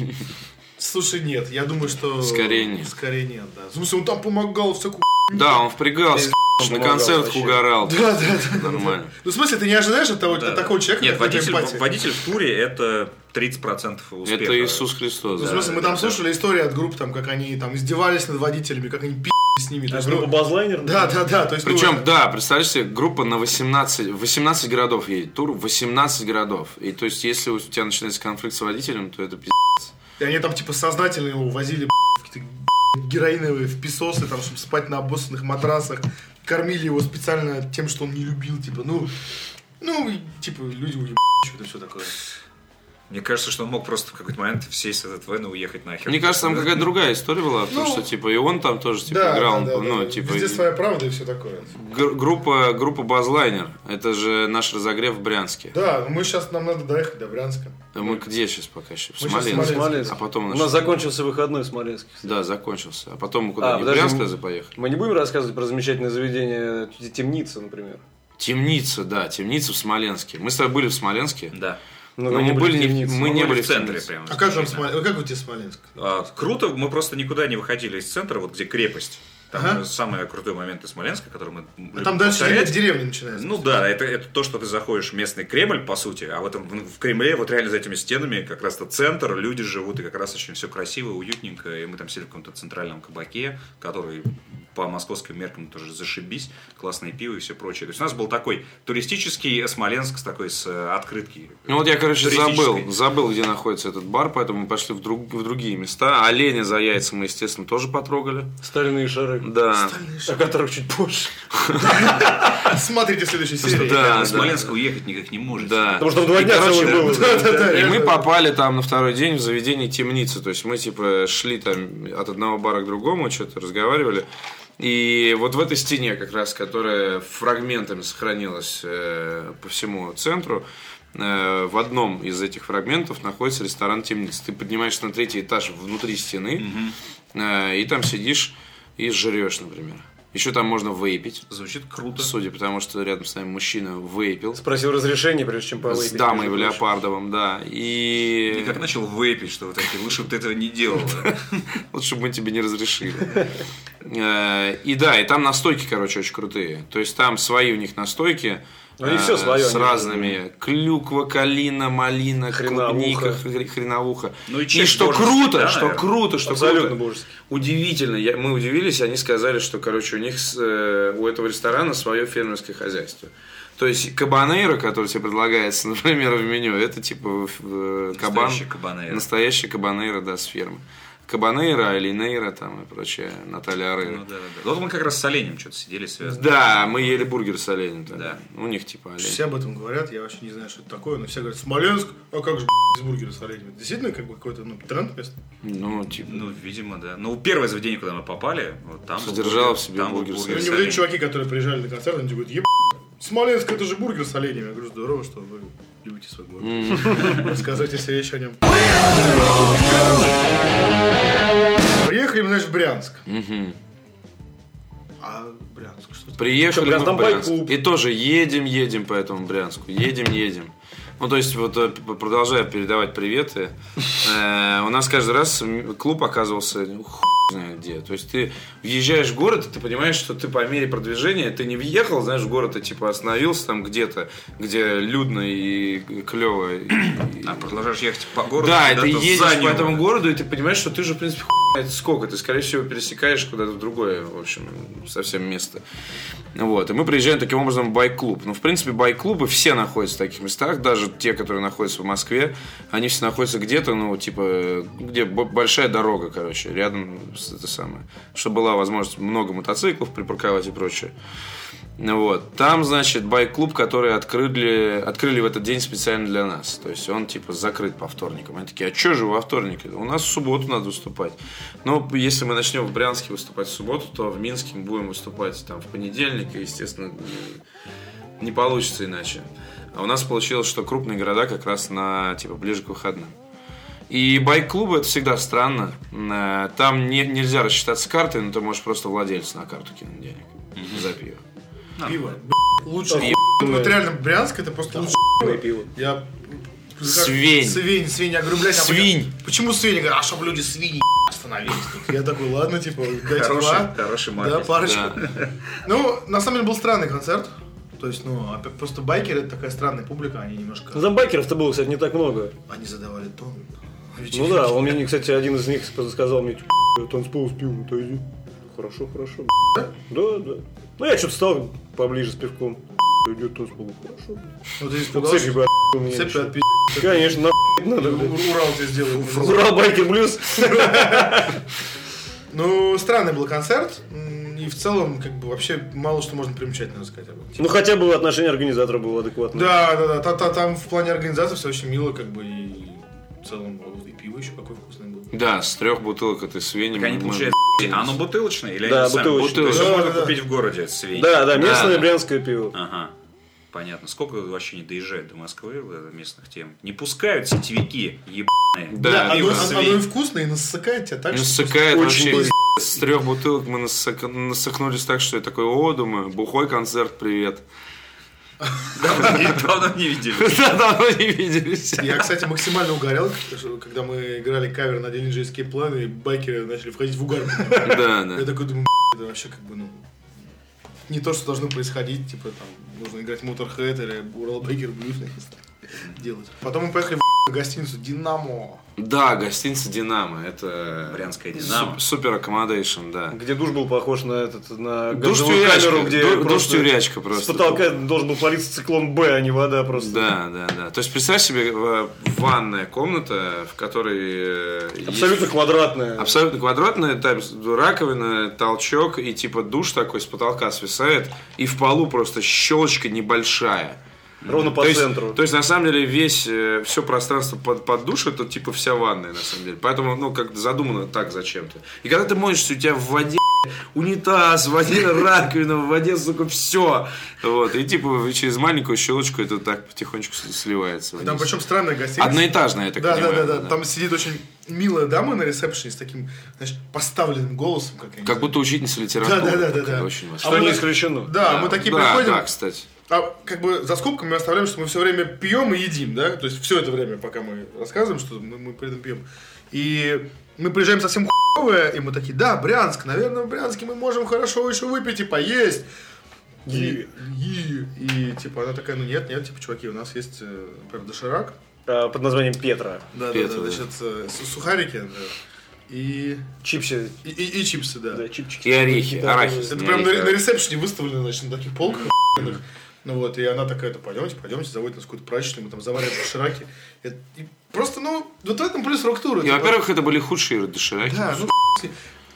Слушай, нет, я думаю, что... Скорее нет. Скорее нет, да. В смысле, он там помогал всякую... Да, он впрягался, на помогал концертах вообще. угорал. Да, да, да. Нормально. Ну, в смысле, ты не ожидаешь от, того, Да. от такого человека Нет, такой водитель, эмпатии? водитель в туре это 30% успеха. Это Иисус Христос. Ну, в да. смысле, мы там да. слушали истории от групп, там, как они там издевались над водителями, как они пи***ли с ними. То есть, Группа ну, Базлайнер? Да, да, да. То есть, ну, Причем, да, представляешь себе, группа на 18, 18 городов едет, тур 18 городов. И то есть, если у тебя начинается конфликт с водителем, то это пиздец. и они там типа сознательно его возили в какие-то героиновые в песосы, там, чтобы спать на обоссанных матрасах. Кормили его специально тем, что он не любил, типа, ну, ну, и, типа, люди уебали, что-то все такое. Мне кажется, что он мог просто в какой-то момент сесть в этот вен и уехать нахер. Мне кажется, там какая-то другая история была, потому Ну, что, типа, и он там тоже, типа, играл, ну, типа... Везде и- своя правда и все такое. Гр- Группа, группа Базлайнер, это же наш разогрев в Брянске. Да, мы сейчас, нам надо доехать до Брянска. А Мы где сейчас пока еще? В Мы сейчас в Смоленске. Смоленск. А потом у наш- нас закончился выходной в Смоленске. Да, закончился. А потом мы А, куда-нибудь в подожди, Брянск мы- разве поехали? Мы не будем рассказывать про замечательное заведение э, Темница, например. Темница, да, темница в Смоленске. Мы с тобой были в Смоленске. Да. Но вы мы были в не- Темнице. мы не были были в центре в прямо. А как там Смоленск? Как у тебя Смоленск? А, круто, мы просто никуда не выходили из центра, вот где крепость. Там Ага. э, самые крутые моменты Смоленска, которые мы... А любим там дальше Ну, повторять. деревня начинается. Ну да, это, это то, что ты заходишь в местный Кремль, по сути, а в этом в в Кремле, вот реально за этими стенами, как раз-то центр, люди живут, и как раз очень все красиво, уютненько, и мы там сидели в каком-то центральном кабаке, который по московским меркам тоже зашибись, классное пиво и все прочее. То есть у нас был такой туристический Смоленск с такой с э, открытки. Ну вот я, короче, Туристической. забыл, забыл, где находится этот бар, поэтому мы пошли в, друг- в другие места. Оленя за яйца мы, естественно, тоже потрогали. Стальные шары. Да. О которых чуть позже. Смотрите в следующей серии. Да, Из Смоленска уехать никак не может. да. Потому что там два И, дня короче, целых было. Да, И мы реально. попали там на второй день в заведение темницы. То есть мы типа шли там от одного бара к другому, что-то разговаривали. И вот в этой стене, как раз, которая фрагментами сохранилась э, по всему центру, э, в одном из этих фрагментов находится ресторан темницы. Ты поднимаешься на третий этаж внутри стены, э, и там сидишь и жрешь, например. Еще там можно вейпить. Звучит круто. Судя, потому что рядом с нами мужчина вейпил. Спросил разрешение, прежде чем С повыпить. дамой в между прочим. леопардовом, да. И... И как начал вейпить, что вы такие, лучше бы ты этого не делал. Лучше чтобы мы тебе не разрешили. Э, И да, и там настойки, короче, очень крутые. То есть там свои у них настойки. Ну, они э, всё своё, С они- разными. Клюква, калина, малина, Хреновуха. клубника, хре- хреновуха. Ну и и честь что божески, да, круто, что наверное? круто, что Абсолютно круто. божески. Удивительно. Я- Мы удивились, они сказали, что, короче, у них, с, э, у этого ресторана свое фермерское хозяйство. То есть кабанейра, который тебе предлагается, например, в меню, это типа э, кабан. Настоящий кабанейро. Настоящая кабанейра, да, с фермы. Кабанейра, Алинейра там и прочее, Наталья Арыра. Ну да, да, да. Вот мы как раз с оленем что-то сидели связаны. да, мы ели бургер с оленем. там. Да. У них типа олень. Все об этом говорят, я вообще не знаю, что это такое, но все говорят, Смоленск, а как же из бургера с оленями? Действительно, как бы какой-то ну, тренд мест. Ну, типа. Ну, видимо, да. Ну, первое заведение, куда мы попали, вот там... был Содержало бургер, в себе там был бургер с Ну, бургер не с вот эти оленем. чуваки, которые приезжали на концерт, они говорят, еб... Смоленск, это же бургер с оленями. Я говорю, здорово, что вы любите свой город. Рассказывайте все вещи о нем. Приехали мы, значит, в Брянск. А Брянск, что это? Приехали Чё, мы в Газдомбай Брянск. клуб? И тоже едем, едем по этому Брянску. Едем, едем. Ну, то есть, вот э, п- продолжая передавать приветы, э, у нас каждый раз м- клуб оказывался хуй знает где. То есть ты въезжаешь в город, и ты понимаешь, что ты по мере продвижения, ты не въехал, знаешь, в город, ты типа остановился там где-то, где людно и клево. и- А, продолжаешь ехать по городу. да, и куда-то ты за едешь по него. этому городу, и ты понимаешь, что ты же, в принципе, хуй знает сколько. Ты, скорее всего, пересекаешь куда-то в другое, в общем, совсем место. Вот. И мы приезжаем таким образом в байк-клуб. Ну, в принципе, байк-клубы все находятся в таких местах, даже те, которые находятся в Москве, они все находятся где-то, ну, типа, где бо- большая дорога, короче, рядом с это самое. Чтобы была возможность много мотоциклов припарковать и прочее. Ну Вот. Там, значит, байк-клуб, который открыли, открыли в этот день специально для нас. То есть он, типа, закрыт по вторникам. Они такие, а что же вы во вторник? У нас в субботу надо выступать. Но если мы начнем в Брянске выступать в субботу, то в Минске мы будем выступать там в понедельник, и, естественно, не получится иначе. А у нас получилось, что крупные города как раз на, типа, ближе к выходным. И байк-клубы это всегда странно. Э, Там не- нельзя рассчитаться картой, но ты можешь просто владельцу на карту кинуть денег за пиво. Пиво. б***ь, Лучше. Охуенное. Вот реально Брянск это просто лучше. пиво. Я... как- Свинь. Свинь, свинь, я говорю, блядь, а Свинь. почему- Почему свинь? Я говорю, а чтобы люди свиньи ебать, остановились тут. Я такой, ладно, типа, дайте Хороший- два. хороший Да, маркетинг. парочку. Ну, на самом деле был странный концерт. То есть, ну, опять- просто байкеры это такая странная публика, они немножко... Ну, там байкеров-то было, кстати, не так много. Они задавали тон. Ну да, он мне, кстати, один из них сказал мне, «Ть***, танцпол с пивом, отойди. Хорошо, хорошо. Да, да. Ну я что-то стал поближе с пивком. Идет танцпол. Хорошо. Ну, ты испугался? Цепь, бы у меня. Цепь еще. от пи***. Конечно, нахуй надо. блядь. У- Урал тебе сделал. Ура, байкер блюз. Ну, странный был концерт. м, И в целом, как бы, вообще мало что можно примечательно сказать об этом. Ну хотя бы отношение организатора было адекватное. Да, да, да. Та, та- там в плане организации все очень мило, как бы и в целом вот, и пиво еще какое вкусное было. Да, с трех бутылок этой свиньи. Так они, мы- получается, а оно бутылочное или Да, они сами? бутылочное. То есть Да, его можно да, да. купить в городе свинь? Да, да, местное Да. брянское пиво. Ага. Понятно. Сколько вообще не доезжает до Москвы вот это, местных тем? Не пускают сетевики, ебаные. Да, Да, оно, пиво. оно- оно и вкусное, и насыкает тебя так, что... Насыкает Очень вообще. С трех бутылок мы насык- насыкнулись так, что я такой, о, думаю, бухой концерт, привет. Давно не- давно не видели. Да, давно не виделись. Я, кстати, максимально угорел, что- когда мы играли кавер на День Escape план, и байкеры начали входить в угар. Да, Я да. такой думаю, это вообще как бы, ну, не то, что должно происходить, типа там, нужно играть Motorhead или Урал Бейкер Блюз делать. Потом мы поехали в гостиницу Динамо. Да, гостиница «Динамо». Это Брянская «Динамо». суп- супер аккомодейшн, да. А, Где душ был похож на этот, на Душ газовую тюрячка. камеру, где Ду- душ просто тюрячка просто. С потолка должен был палиться циклон Б, а не вода просто. Да, да, да. То есть представь себе э, ванная комната, в которой... э, есть- Абсолютно квадратная. Абсолютно квадратная, там раковина, толчок и типа душ такой с потолка свисает, и в полу просто щелочка небольшая. Ровно по то есть, центру. То есть, на самом деле, весь, все пространство под, под душ, это типа вся ванная, на самом деле. Поэтому, ну, как-то задумано так зачем-то. И когда ты моешься, у тебя в воде унитаз, в воде раковина, в воде, сука, все. Вот, и типа через маленькую щелочку это так потихонечку с- сливается. А Там вниз. причем странная гостиница. Одноэтажная, я так Да, да, понимаю. да, да. Там сидит очень милая дама на ресепшене с таким, знаешь, поставленным голосом, как я не Как знаю. будто учительница литературы. Да, да, да, да, Это да. Очень важно. Что А не мы- исключено. Да, мы такие да, приходим, Да, кстати. а как бы за скобками мы оставляем, что мы все время пьем и едим, да? То есть все это время, пока мы рассказываем, что мы, мы при этом пьем. И мы приезжаем совсем хуевое, и мы такие, да, Брянск, наверное, в Брянске мы можем хорошо еще выпить и поесть. И, и, и, типа она такая, ну нет, нет, типа, чуваки, у нас есть, э, например, доширак. А, под названием Петра. Да, да, Петра, да, да. значит, э, с- сухарики, да. И, Чипсы. и, и- и чипсы, да. Да, чипчики. И орехи, Да, арахис. Это не прям на, орехи, на арахис. ресепшене выставлено, значит, на таких полках. охуенных. Ну вот, и она такая, то пойдемте, пойдемте, заводит нас в какую-то прачечную, мы там завариваем шираки. И- и просто, ну, вот в этом плюс типа, рок-туры. И, во-первых, это были худшие дошираки. Да, ну,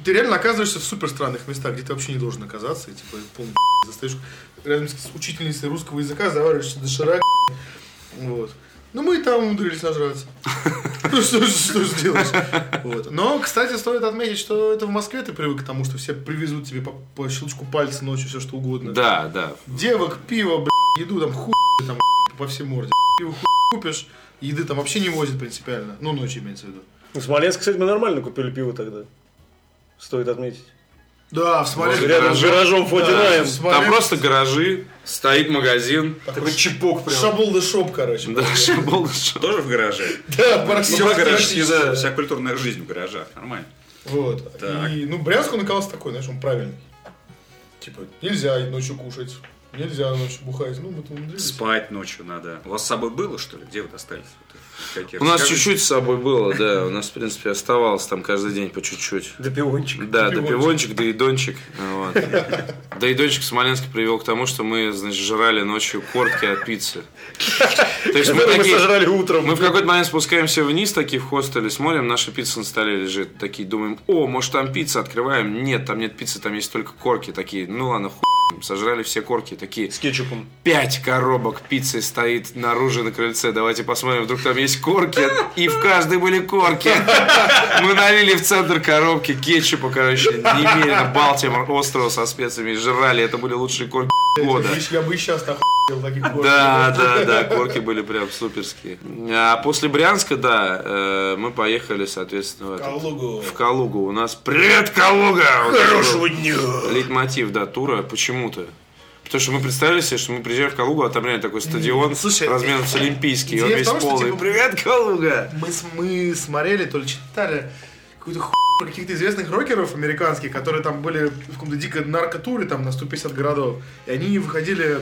ты реально оказываешься в супер странных местах, где ты вообще не должен оказаться, и типа полный застаешь рядом с учительницей русского языка, завариваешься доширак. Вот. Ну, мы и там умудрились нажраться. Ну, что ж что ж делаешь? Вот. Но, кстати, стоит отметить, что это в Москве ты привык к тому, что все привезут тебе по, по щелчку пальца ночью все что угодно. да, да. Девок, пиво, блядь, еду там хуй там блядь, по всей морде. Пиво хуй купишь, еды там вообще не возят принципиально. Ну, ночью имеется в виду. В Смоленск, кстати, мы нормально купили пиво тогда. Стоит отметить. Да, в Смоленске. Рядом с гаражом Да, Фотинаем. в Смоленске. Там просто гаражи, стоит магазин. Такой чипок прям. Шабул да шоп, короче. Да, шабол, шабол. Тоже в гараже? Да, барахтелка. Ну, в гараже, да. Вся культурная жизнь в гаражах. Нормально. Вот. Так. И, ну, Брянск, он оказался такой, знаешь, он правильный. Типа, нельзя ночью кушать, нельзя ночью бухать. Ну, мы там умудрились. Спать ночью надо. У вас с собой было, что ли? Где вы достались? Вот, какие У нас расскажите. чуть-чуть с собой было, да. У нас, в принципе, оставалось там каждый день по чуть-чуть. Да пиончик. Да, да Пивончик. пивончик, да и дончик. Вот. Да и дончик в Смоленске привел к тому, что мы, значит, жрали ночью кортки от пиццы. То есть мы Мы такие- сожрали утром. мы в какой-то момент спускаемся вниз, такие в хостеле, смотрим, наша пицца на столе лежит. Такие думаем, о, может там пицца, открываем. Нет, там нет пиццы, там есть только корки. Такие, ну ладно, хуй. с ним». Сожрали все корки, такие, С кетчупом. пять коробок пиццы стоит наружу на крыльце. Давайте посмотрим, вдруг там есть корки. И в каждой были корки. Мы налили в центр коробки кетчупа, короче, немедленно Балтимор острова со специями и жрали. Это были лучшие корки года. Я бы- Я бы и сейчас нахуй таких город. Да, да, да, корки были прям суперские. А после Брянска, да, э, мы поехали, соответственно, в этот- Калугу. в Калугу. У нас «Привет, Калуга!» Вот это был Хорошего дня. лейтмотив, да, тура, почему-то. Потому что мы представили себе, что мы приезжаем в Калугу, а там реально такой стадион Слушай, размером с Олимпийский, и он идея в весь том, что, полный. типа, Привет, Калуга! Мы, с- мы смотрели, то ли читали какую-то хуйню про каких-то известных рокеров американских, которые там были в каком-то дикой наркотуре там на 150 городов. И они выходили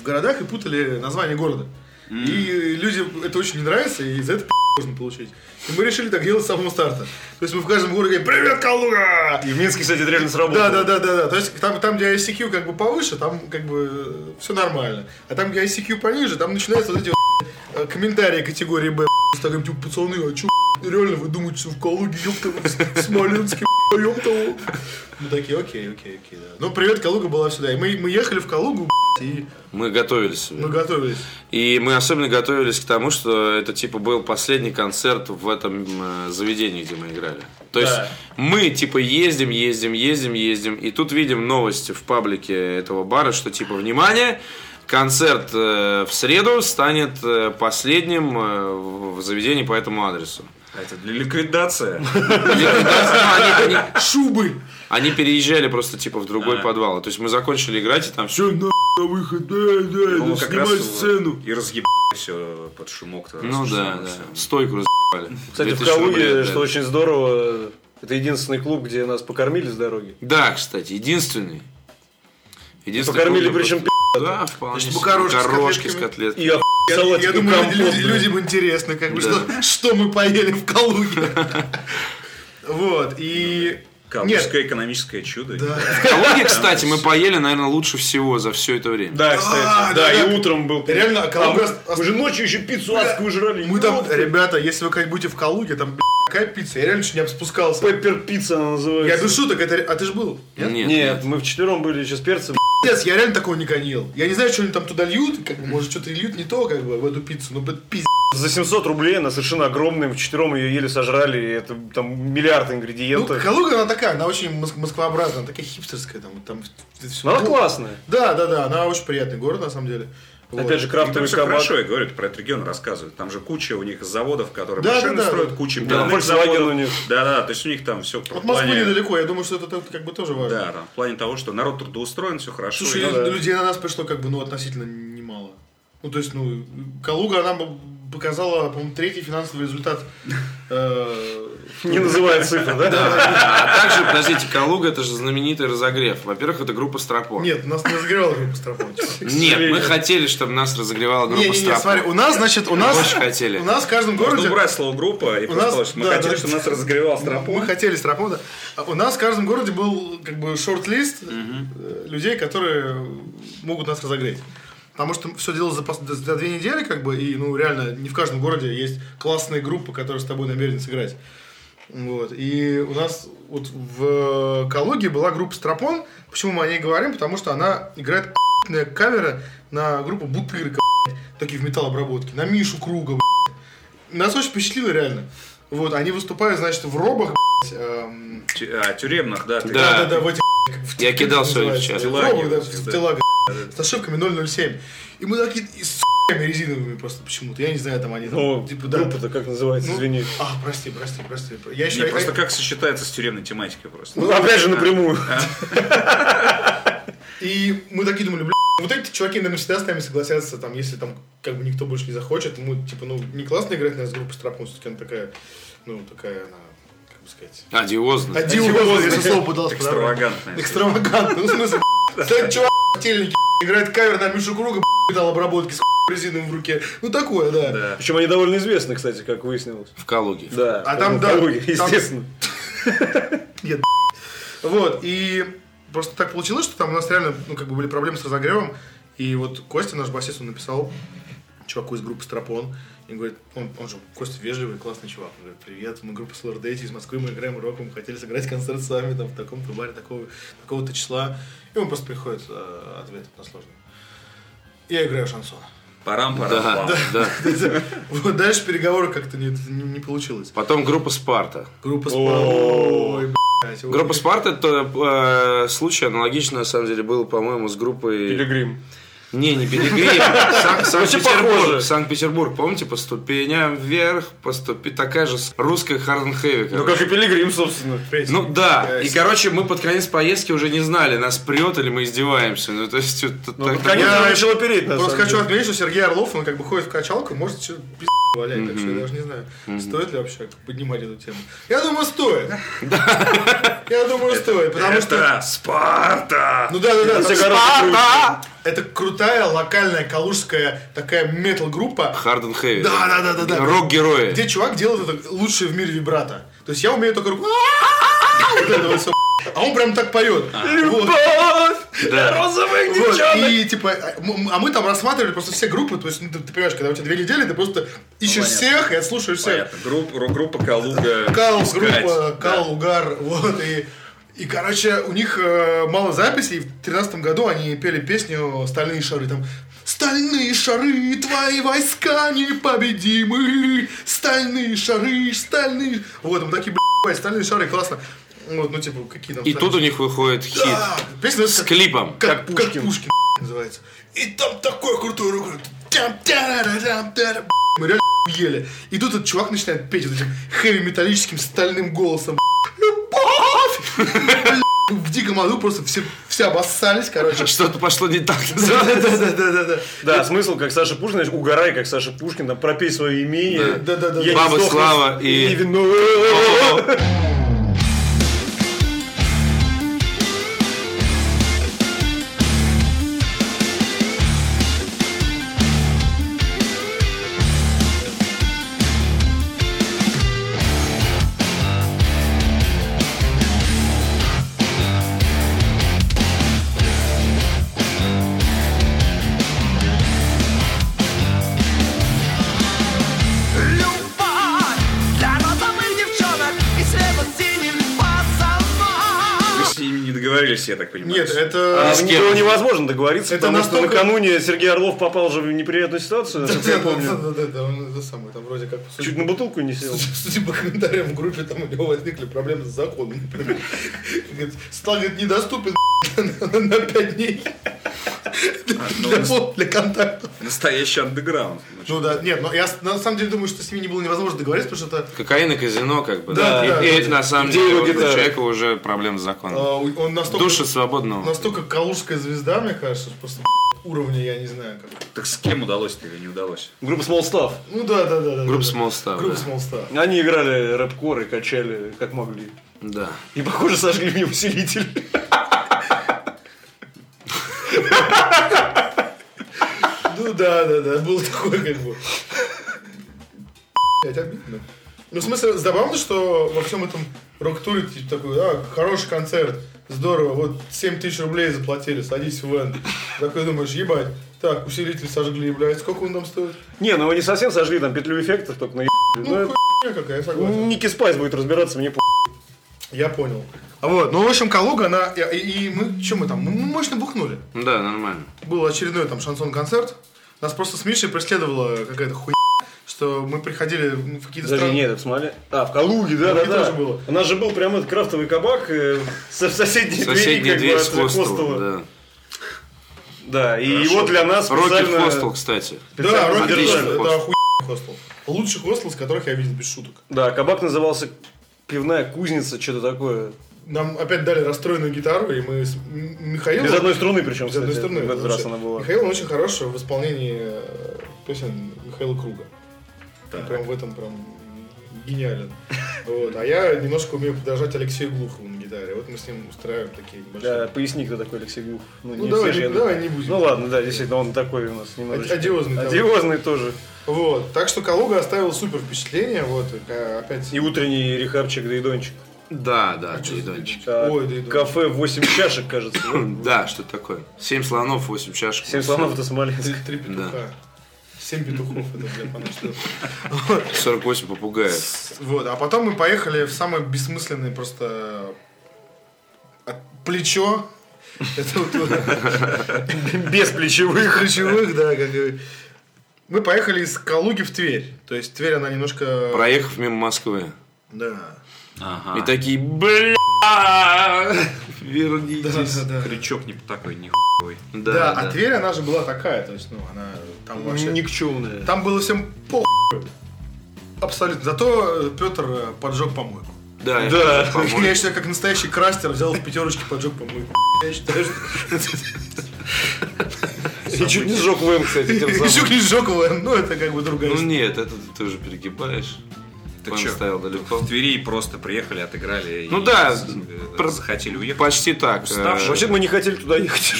в городах и путали название города. И людям это очень не нравится, и за это пи*** можно получить. И мы решили так делать с самого старта. То есть мы в каждом городе говорим «Привет, Калуга!» И в Минске, кстати, это реально сработало. Да, да, да, да, да. То есть там, там, где ICQ как бы повыше, там как бы все нормально. А там, где ICQ пониже, там начинаются вот эти вот, э, комментарии категории Б. С таким типа, пацаны, а чё, реально вы думаете, что в Калуге, ёпта, вы в Смоленске, ёпта. вы?» Мы такие, окей, окей, окей, да. Ну, привет, Калуга была сюда. И мы, мы ехали в Калугу, б***ь, и Мы готовились. мы готовились. И мы особенно готовились к тому, что это типа был последний концерт в этом э, заведении, где мы играли. То есть мы типа ездим, ездим, ездим, ездим, и тут видим новости в паблике этого бара, что типа внимание, концерт э, в среду станет э, последним э, в в заведении по этому адресу. А Это для ликвидации. Они- они- они- Шубы! Они переезжали просто типа в другой подвал. То есть мы закончили играть и там ну все на, выход, да, да, По-моему, да, как снимай раз сцену. И разъеб все под шумок. Ну да, да. Стойку разъебали. Кстати, в 2000 рублей, Калуге, да. что очень здорово, это единственный клуб, где нас покормили с дороги. Да, кстати, единственный. Единственный Покормили, клуб, причем, где просто- Да, вполне Значит, себе. макарошки с Макарошки с котлетками. котлетками. И оху- Я, салатик я и думаю, компот, люди- блин. людям интересно, как бы, что, Да. что мы поели в Калуге. Вот, и... Калужское экономическое чудо. В Калуге, кстати, мы поели, наверное, лучше всего за все это время. Да, кстати, А, да, да, и да. утром был. Реально, а Калуга- А, Мы же ночью еще пиццу адскую жрали. Мы там, ребята, если вы как будете в Калуге, там, блядь, какая пицца? Я реально чуть не обспускался. Пеппер пицца она Я называется. без шуток, это... ре- А ты же был? Нет, Нет, нет. мы вчетвером были сейчас перцы. Пиздец, я реально такого не гонил. Я не знаю, что они там туда льют, как бы, может, что-то и льют не то, как бы, в эту пиццу, но блядь, пиздец. За 700 рублей она совершенно огромная. Вчетвером ее еле сожрали. и Это там миллиард Ну, ингредиентов. Калуга, она такая, она очень моск- москвообразная, она такая хипстерская, там, там всё- Но Ну, она классная. Да, да, да, она очень приятный город, на самом деле. Вот. Опять же, Там крафтовый все кабак. хорошо, я говорю, это про этот регион рассказывают. Там же куча у них заводов, которые Да, машины да, да. строят, куча Да, мебельных Volkswagen заводов. у них. Да, да, то есть у них там все От Москвы недалеко, я думаю, что это тут как бы тоже важно. Да, там, в плане того, что народ трудоустроен, все хорошо. Слушай, И- ну, людей на нас пришло как бы, ну, относительно немало. Ну, то есть, ну, Калуга, она бы показала, по-моему, третий финансовый результат. э, Не называя цифры, да? А также, подождите, Калуга это же знаменитый разогрев. Во-первых, это группа Стропон. Нет, нас не разогревала группа Страпон. Нет, мы хотели, чтобы нас разогревала группа Не-не-не, Стропон. смотри, у нас, значит, у нас... Очень хотели. У нас в каждом Можно городе... убрать слово группа и У просто нас- сказать, что мы да, хотели, да. чтобы нас разогревал Мы стропон. хотели Страпон, да. А У нас в каждом городе был как бы шорт-лист э, людей, которые могут нас разогреть. Потому что все дело за, пос- за две недели, как бы, и, ну, реально, не в каждом городе есть классные группы, которые с тобой намерены сыграть. Вот. И у нас вот в Калуге была группа Стропон. Почему мы о ней говорим? Потому что она играет п***ная кавера на группу Бутырка, блядь, такие в металлообработке, на Мишу Круга, блядь. Нас очень впечатлило, реально. Вот, они выступают, значит, в робах, блядь, эм, Тю- А, тюремных, да. ты- Да. да-да-да, в этих, блядь, в Я теле- кидал как сегодня в называется, чат. в робах, да, Телаги, в да. телагах, с ошибками 007. И мы такие, и с с**ками резиновыми просто почему-то. Я не знаю, там они там, Ну, типа, да. группа-то как называется, Ну, извини. А, прости, прости, прости. Я еще... Не, просто как сочетается с тюремной тематикой просто. Ну, опять же, напрямую. И мы такие думали, «Бля, вот эти чуваки, наверное, всегда с нами согласятся, там, если там как бы никто больше не захочет. Мы, типа, ну, не классно играть, наверное, с группой Страпун, все-таки она такая, ну, такая, она, как как бы сказать. Одиозно. Одиозно, если слово пытался подобрать. Экстравагантная. Экстравагантно. Ну, в смысле, стоит чувак в телнике, играет кавер на Мишу Круга, дал обработки с резином в руке. Ну, такое, да. Да. Причем они довольно известны, кстати, как выяснилось. В Калуге. Да. А там, в да, Калуге, там- естественно. Вот, и просто так получилось, что там у нас реально, ну, как бы были проблемы с разогревом, и вот Костя, наш басист, он написал чуваку из группы Стропон, и говорит, он, он же Костя вежливый, классный чувак, он говорит, привет, мы группа Solar Date из Москвы, мы играем рок, мы хотели сыграть концерт с вами там в таком-то баре, такого, такого-то числа, и он просто приходит э, ответ на сложный. Я играю шансон. Парам, Да, парам, пам. да. Вот дальше переговоры как-то не, не, не получилось. Потом группа Спарта. Группа Ой, блядь. вот. Группа Спарта это э, случай аналогично, на самом деле, был, по-моему, с группой... Пилигрим. Не, не Пилигрим. Сан- Санкт-Петербург. похоже. Санкт-Петербург, помните, по ступеням вверх, по ступе... Такая же с- русская Хард-н-хэви, Ну, короче. как и Пилигрим, собственно. Петь. Ну да, Э, и короче, мы под конец поездки уже не знали, нас прет или мы издеваемся. Ну, то есть, это Ну, так- под конец я- уже начало переть, на Просто самом хочу деле. отметить, что Сергей Орлов, он как бы ходит в качалку, может что-то пиздец валяет, так что я даже не знаю, стоит ли вообще поднимать эту тему. Я думаю, стоит. Я думаю, стоит, потому что... Это Спарта! Ну да, да, да. Все там- гораздо А! Это крутая локальная калужская такая метал-группа. Hard and Heavy. Да, да, да, да, да. Рок-герои. Где чувак делает это лучшее в мире вибрато. То есть я умею только руку. Вот это вот всё. А он прям так поет. Вот. Да. розовых Вот, и типа, а м- а мы там рассматривали просто все группы, то есть, ну, ты, ты понимаешь, когда у тебя две недели, ты просто ищешь понятно. всех и отслушаешь всех. Понятно. Групп- рок- Группа Калуга. Кал, Скать. группа, Да. Кал, Угар, вот, и... И, короче, у них э, мало записей, в 2013 году они пели песню «Стальные шары», там «Стальные шары, твои войска непобедимы, стальные шары, стальные...» Вот, мы такие, блядь, стальные шары, классно. Вот, ну, типа, какие там... И тут у них выходит хит. Да, песня С как- клипом. как, Как как Пушкин. Пушкин. называется. И там такой крутой рок. Тям, тярарарам, тяра. Мы реально ели. И тут этот чувак начинает петь вот этим хэви-металлическим стальным голосом. Любовь! Блин, В диком аду просто все, все обоссались, короче. Что-то пошло не так. Да-да-да-да-да-да. Да, смысл, как Саша Пушкин, знаешь, угорай, как Саша Пушкин, там пропей свое имение. Да, да, да, Я не Баба сдохну, Слава и- не вино. Любовь для розовых девчонок и светло-синих пацанов. Вы с ними не договорились, я так понимаю. Нет, э- А это... с мне кем? Было невозможно договориться, Это потому настолько- что накануне Сергей Орлов попал же в неприятную ситуацию, насколько я помню. Да-да-да, он это самое, там вроде как... Чуть на бутылку не сел. Судя по комментариям типа в группе, там у него возникли проблемы с законом. например. Говорит, Стал, говорит, недоступен на 5 дней А, ну, для фо- для контактов. Настоящий андеграунд. Ну да, нет, но я с- на самом деле думаю, что с ними не было невозможно договориться, потому что это Кокаин и казино, как бы. Да, да. И- да, и да. это, на самом Где деле его вот у гитара? человека уже проблемы с а, законом. у- он настолько... Душа свободного. Настолько калужская звезда, мне кажется, просто уровня я не знаю как. Так с кем удалось-то или не удалось? Группа Small Staff. Ну да, да, да. да, Группа да. Small Staff, Группа да. Small Staff. Они играли рэп-кор и качали как могли. Да. И, похоже, сожгли мне усилитель. Ну да, да, да, был такой как бы. Блять, обидно. Ну, в смысле, забавно, что во всем этом рок-туре типа, такой, а, хороший концерт, здорово, вот 7 тысяч рублей заплатили, садись в вен. Такой думаешь, ебать, так, усилитель сожгли, блядь, сколько он там стоит? Не, ну они совсем сожгли там петлю эффектов, только на Ну, Ну, это- хуйня какая, я согласен. Ники Спайс будет разбираться, мне по***. Я понял. А вот, ну, в общем, Калуга, она, и, и- и мы, что мы там, мы мощно бухнули. Да, нормально. был очередной там шансон-концерт. Нас просто с Мишей преследовала какая-то хуйня, что мы приходили ну, в какие-то Подожди, страны. нет, это в Смоле. А, в Калуге, да, да, Калуге да. тоже было. У нас же был прям этот крафтовый кабак э, со- в соседней двери, Соседняя как дверь бы, с от хостела. хостелом. Да. Да, и его для нас Рокет специально... хостел, кстати. Да, специально Рокки Отличный Хостел. держали. хостел. Это охуенный хостел. Лучший хостел, с которых я видел, без шуток. Да, кабак назывался «Пивная кузница», что-то такое. Нам опять дали расстроенную гитару, и мы с М- Михаилом... Без одной струны причем, Без одной кстати, стороны. в этот потому раз что она была. Михаил, он очень хорош в исполнении э, песен Михаила Круга. И Так. Прям в этом прям гениален. Вот. А я немножко умею подражать Алексею Глухову на гитаре. Вот мы с ним устраиваем такие Да, небольшие... поясни, кто такой Алексей Глухов. Ну, не давай все не- же, я давай думаю. не будем. Ну ладно, да, действительно, он такой у нас немножечко. одиозный товарищ. Одиозный тоже. Вот. Так что Калуга оставил супер впечатление. Вот. э, Опять... И утренний рехабчик, да и дончик. Да, да, что за Дончик. Так, Ой, да и дончик. Кафе 8 чашек, кажется. Да, что такое? Семь слонов, восемь чашек. 7 слонов это Смоленск. Три три петуха. Семь петухов это, бля, по-нашему. 48 попугаев. Вот, а потом мы поехали в самое бессмысленное просто э, от- плечо. Это вот, вот без плечевых. Ключевых, да, как и- Мы поехали из Калуги в Тверь. То есть Тверь, она немножко... Проехав мимо Москвы. Да. А. И такие, бля, вернитесь. да. Крючок не такой не Да, Да, да. а Тверь, она же была такая, то есть, ну, она там вообще... Никчемная. Там было всем по Абсолютно. Зато э, Петр поджег помойку. Да, я Да. хочу помочь. Я считаю, как настоящий крастер взял в пятерочке поджег помойку. Я считаю, что... И чуть не сжег ВМ, кстати, тем самым. Еще не жоковая, ну это как бы другая Ну история. нет, это ты тоже перегибаешь. Ты План чё? ставил далеко. В Твери просто приехали, отыграли. Ну да, про- про... захотели уехать. Почти так. Уставший. Э, Вообще мы не хотели туда ехать.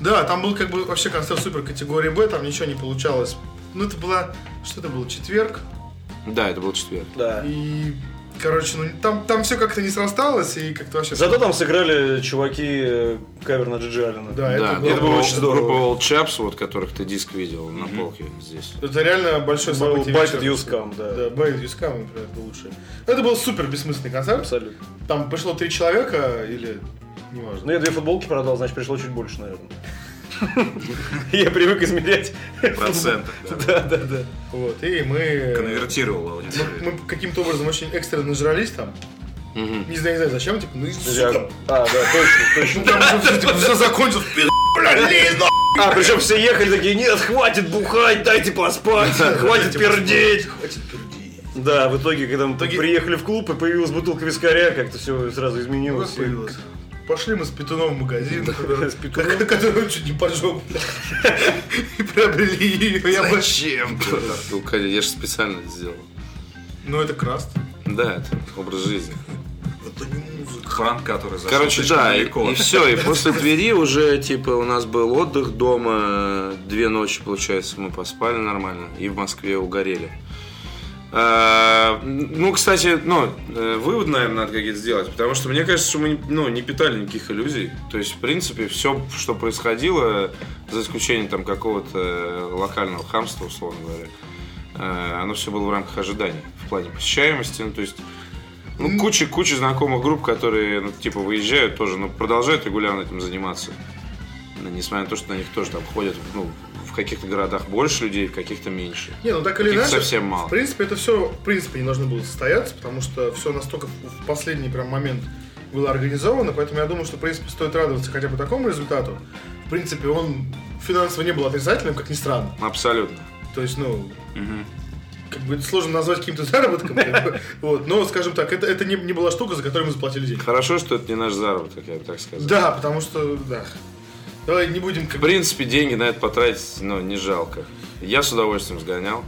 Да, там был как бы вообще концерт супер категории Б, там ничего не получалось. Ну это была, что это был, четверг, Да, это был четверг. Да. и, короче, ну там, там все как-то не срасталось, и как-то вообще... Зато там сыграли чуваки э, кавер на Джиджи Алина. Да, Да, это было... группа- было очень здорово. Группа Old Chaps, вот которых ты диск видел на полке здесь. Это реально большое Был событие. Bite вечера. at Youth Camp, да. Да, Bite at Youth Camp, например, это лучше. Это был супер бессмысленный концерт. Абсолютно. Там пришло три человека, или... Неважно. Ну, я две футболки продал, значит, пришло чуть больше, наверное. Я привык измерять. В процентах. да. Да, да, да. Вот, и мы... Конвертировала э, аудиторию. Мы каким-то образом очень экстренно нажрались там. Не знаю, не знаю, зачем, типа, ну и Я- сука, А, да, точно, точно. все закончилось, А, причем все ехали такие, нет, хватит бухать, дайте поспать, хватит пердеть. Да, в итоге, когда мы итоге- приехали в клуб и появилась бутылка вискаря, как-то все сразу изменилось. И- Пошли мы с петуном в магазин, который- с петуном. ко- который он чуть не поджег. И приобрели ее. Я больше- Зачем? Ну, конечно, я же специально это сделал. Ну это краст. Да, это образ жизни. Это не музыка. Франк, который зашел Короче, слишком да, и, далеко. все. И после Твери уже, типа, у нас был отдых дома. Две ночи, получается, мы поспали нормально. И в Москве угорели. А, ну, кстати, ну, э, вывод, наверное, надо какие-то сделать. Потому что мне кажется, что мы ну, не питали никаких иллюзий. То есть, в принципе, все, что происходило, за исключением там какого-то э, локального хамства, условно говоря, э, оно все было в рамках ожиданий. В плане посещаемости. Ну, то есть, ну, куча, куча знакомых групп, которые, ну, типа, выезжают тоже, но продолжают регулярно этим заниматься. Ну, Несмотря на то, что на них тоже там ходят, ну, в каких-то городах больше людей, в каких-то меньше. Не, ну так или Их иначе, совсем мало. в принципе, это все, в принципе, не должно было состояться, потому что все настолько в в последний прям момент было организовано, поэтому я думаю, что, в принципе, стоит радоваться хотя бы такому результату. В принципе, он финансово не был отрицательным, как ни странно. Абсолютно. То есть, ну, как бы это сложно назвать каким-то заработком, как бы. вот, но, скажем так, это, это не, не была штука, за которую мы заплатили деньги. Хорошо, что это не наш заработок, я бы так сказал. Да, потому что, да. Давай не будем как В бы... принципе, деньги на это потратить, ну, не жалко. Я с удовольствием сгонял.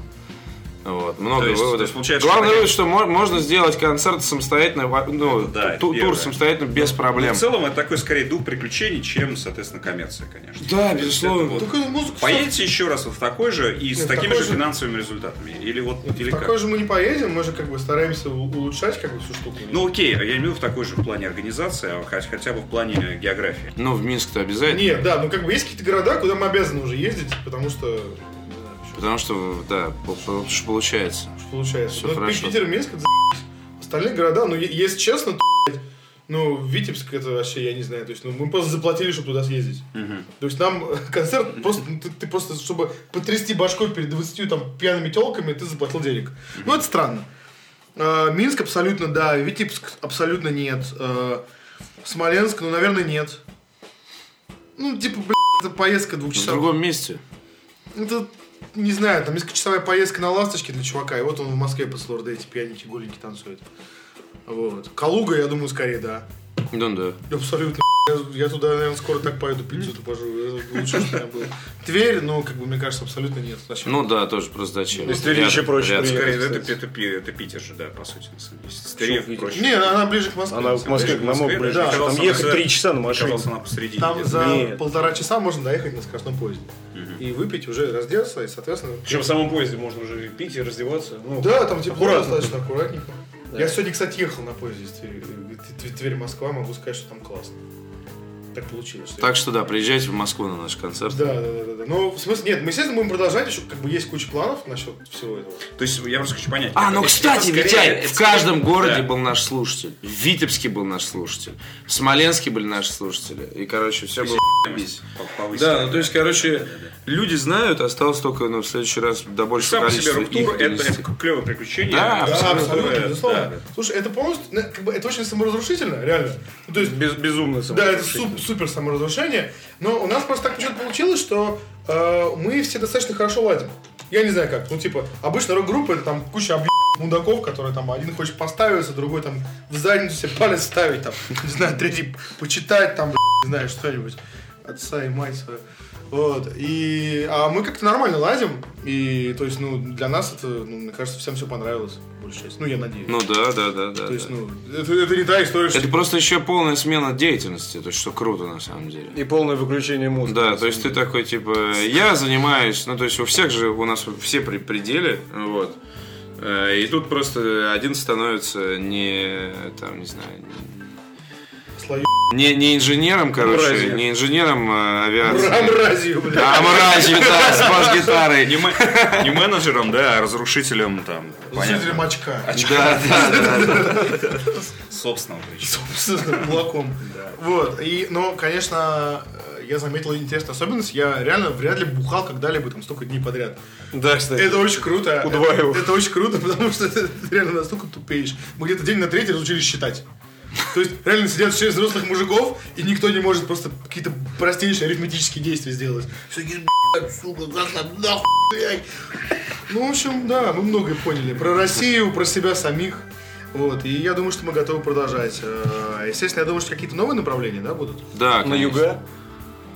Вот, много То есть- выводов. то есть получается, Главный что вывод, что мо- можно сделать концерт самостоятельно, во- ну, Да, это ту- тур первое. Ну, самостоятельно без проблем. В целом, это такой скорее дух приключений, чем, соответственно, коммерция, конечно. Да, безусловно. безусловно. Только музыку... Поедете еще раз вот в такой же и Нет, с в такими такой же же. финансовыми результатами? Или вот или в такой как? же мы не поедем, мы же как бы стараемся у- улучшать как бы всю штуку. Ну окей, я имею в виду в такой же в плане организации, а хоть- хотя бы в плане географии. Ну, в Минск-то э, обязательно. Нет, да, ну как бы есть какие-то города, куда мы обязаны уже ездить, потому что... не знаю, почему, Потому что, да, пол- пол- что получается. что получается. Всё Ну, хорошо. Питер, Минск, это за***ь. Остальные города, ну, е- если честно, то, блядь, ну, Витебск, это вообще, я не знаю, то есть, ну, мы просто заплатили, чтобы туда съездить. То есть, нам э, концерт просто, ну, ты, ты просто, чтобы потрясти башкой перед 20 там пьяными телками, ты заплатил денег. Ну, это странно. А, Минск абсолютно, да, Витебск абсолютно нет. А, Смоленск, ну, наверное, нет. Ну, типа, блядь, это поездка В двухчасовая. другом месте. Это, Ну, не знаю, там низкочасовая поездка на ласточке для чувака, и вот он в Москве после лорда эти пьяники голеньки танцует. Вот. Калуга, я думаю, скорее, да. Ну да. Абсолютно. Я, я туда, наверное, скоро так поеду, пиццу ту пожру. Это Лучше, что у меня было. Тверь, ну, как бы, мне кажется, абсолютно нет. Зачем? Ну да, тоже просто зачем. Ну, из Твери еще проще рядом. Скорее, кстати. это, Пи- это, Пи- это Питер же, да, по сути. Если Скорее, Почему проще. Не, она ближе к Москве. Ну, Она в Москве Конечно, в намного Москве, ближе. да. Там Казалось, ехать она- три часа на машине. Казалось, она посреди. Там где-то. за Нет. полтора часа можно доехать на скоростном поезде. И выпить уже, раздеться, и, соответственно... Причем в самом поезде можно уже и пить и раздеваться. Ну, Да, там тепло аккуратно. достаточно, аккуратненько. Я сегодня, кстати, ехал на поезде из Твери. э, Т- Т- Тверь, Москва, могу сказать, что там классно. Так получилось. что я- Так что да, приезжайте в Москву на наш концерт. Да, да, да, да, да. Ну, в смысле, нет, мы, естественно, будем продолжать, еще как бы есть куча планов насчет всего этого. То есть я просто хочу понять. А, как ну это- кстати, это скорее- Витяй, это в каждом скорее- городе Да. был наш слушатель. В Витебске был наш слушатель. В Смоленске были наши слушатели. И, короче, все было заебись. повысить. Да, ну то есть, короче, люди знают, осталось только ну, в следующий раз до большего Сам по себе количества руктур их это донести. прям клевое приключение. Да, Да, абсолютно, абсолютно, да, безусловно. да. Слушай, это полностью, ну, как бы, это очень саморазрушительно, реально. Ну, то есть, Без- безумно да, это суп- супер саморазрушение, но у нас просто так почему-то получилось, что э, мы все достаточно хорошо ладим. Я не знаю как, ну, типа, обычно рок-группа это там куча объ... мудаков, которые там один хочет поставиться, другой там в задницу себе палец ставить, там, не знаю, третий почитать, там, не знаю, что-нибудь. Отца и мать свою. Вот. И, а мы как-то нормально лазим. И, то есть, ну, для нас это, ну, мне кажется, всем все понравилось, большая часть. Ну, я надеюсь. Ну да, да, да, да. то есть, да. ну, это, это не та история, что... ну, Это просто еще полная смена деятельности, то есть что круто на самом деле. И полное выключение мозга. Да, то есть ты такой, типа, я занимаюсь, ну, то есть у всех же, у нас все при пределе, вот. Э, И тут просто один становится не, там, не знаю, Слою. не, не инженером, короче, Мразью. не инженером э, авиации. Мра- мразью, бля. А мразью, да, с бас-гитарой. Не, ме- не менеджером, да, а разрушителем там. Зрителям понятно, очка. Да, да, да, да. Собственного причем. Собственно, кулаком. Вот. И, но, конечно, э, я заметил интересную особенность. Я реально вряд ли бухал когда-либо там столько дней подряд. Да, кстати. Это очень круто. Удваиваю. Это, это очень круто, потому что ты реально настолько тупеешь. Мы где-то день на третий разучились считать. То есть реально сидят шесть взрослых мужиков, и никто не может просто какие-то простейшие арифметические действия сделать. Все такие, «Б***ь, сука, как там, нахуй, блядь». Ну, в общем, да, мы многое поняли. Про Россию, про себя самих. Вот, и я думаю, что мы готовы продолжать. Э, Естественно, я думаю, что какие-то новые направления, да, будут? Да, На конечно. юга.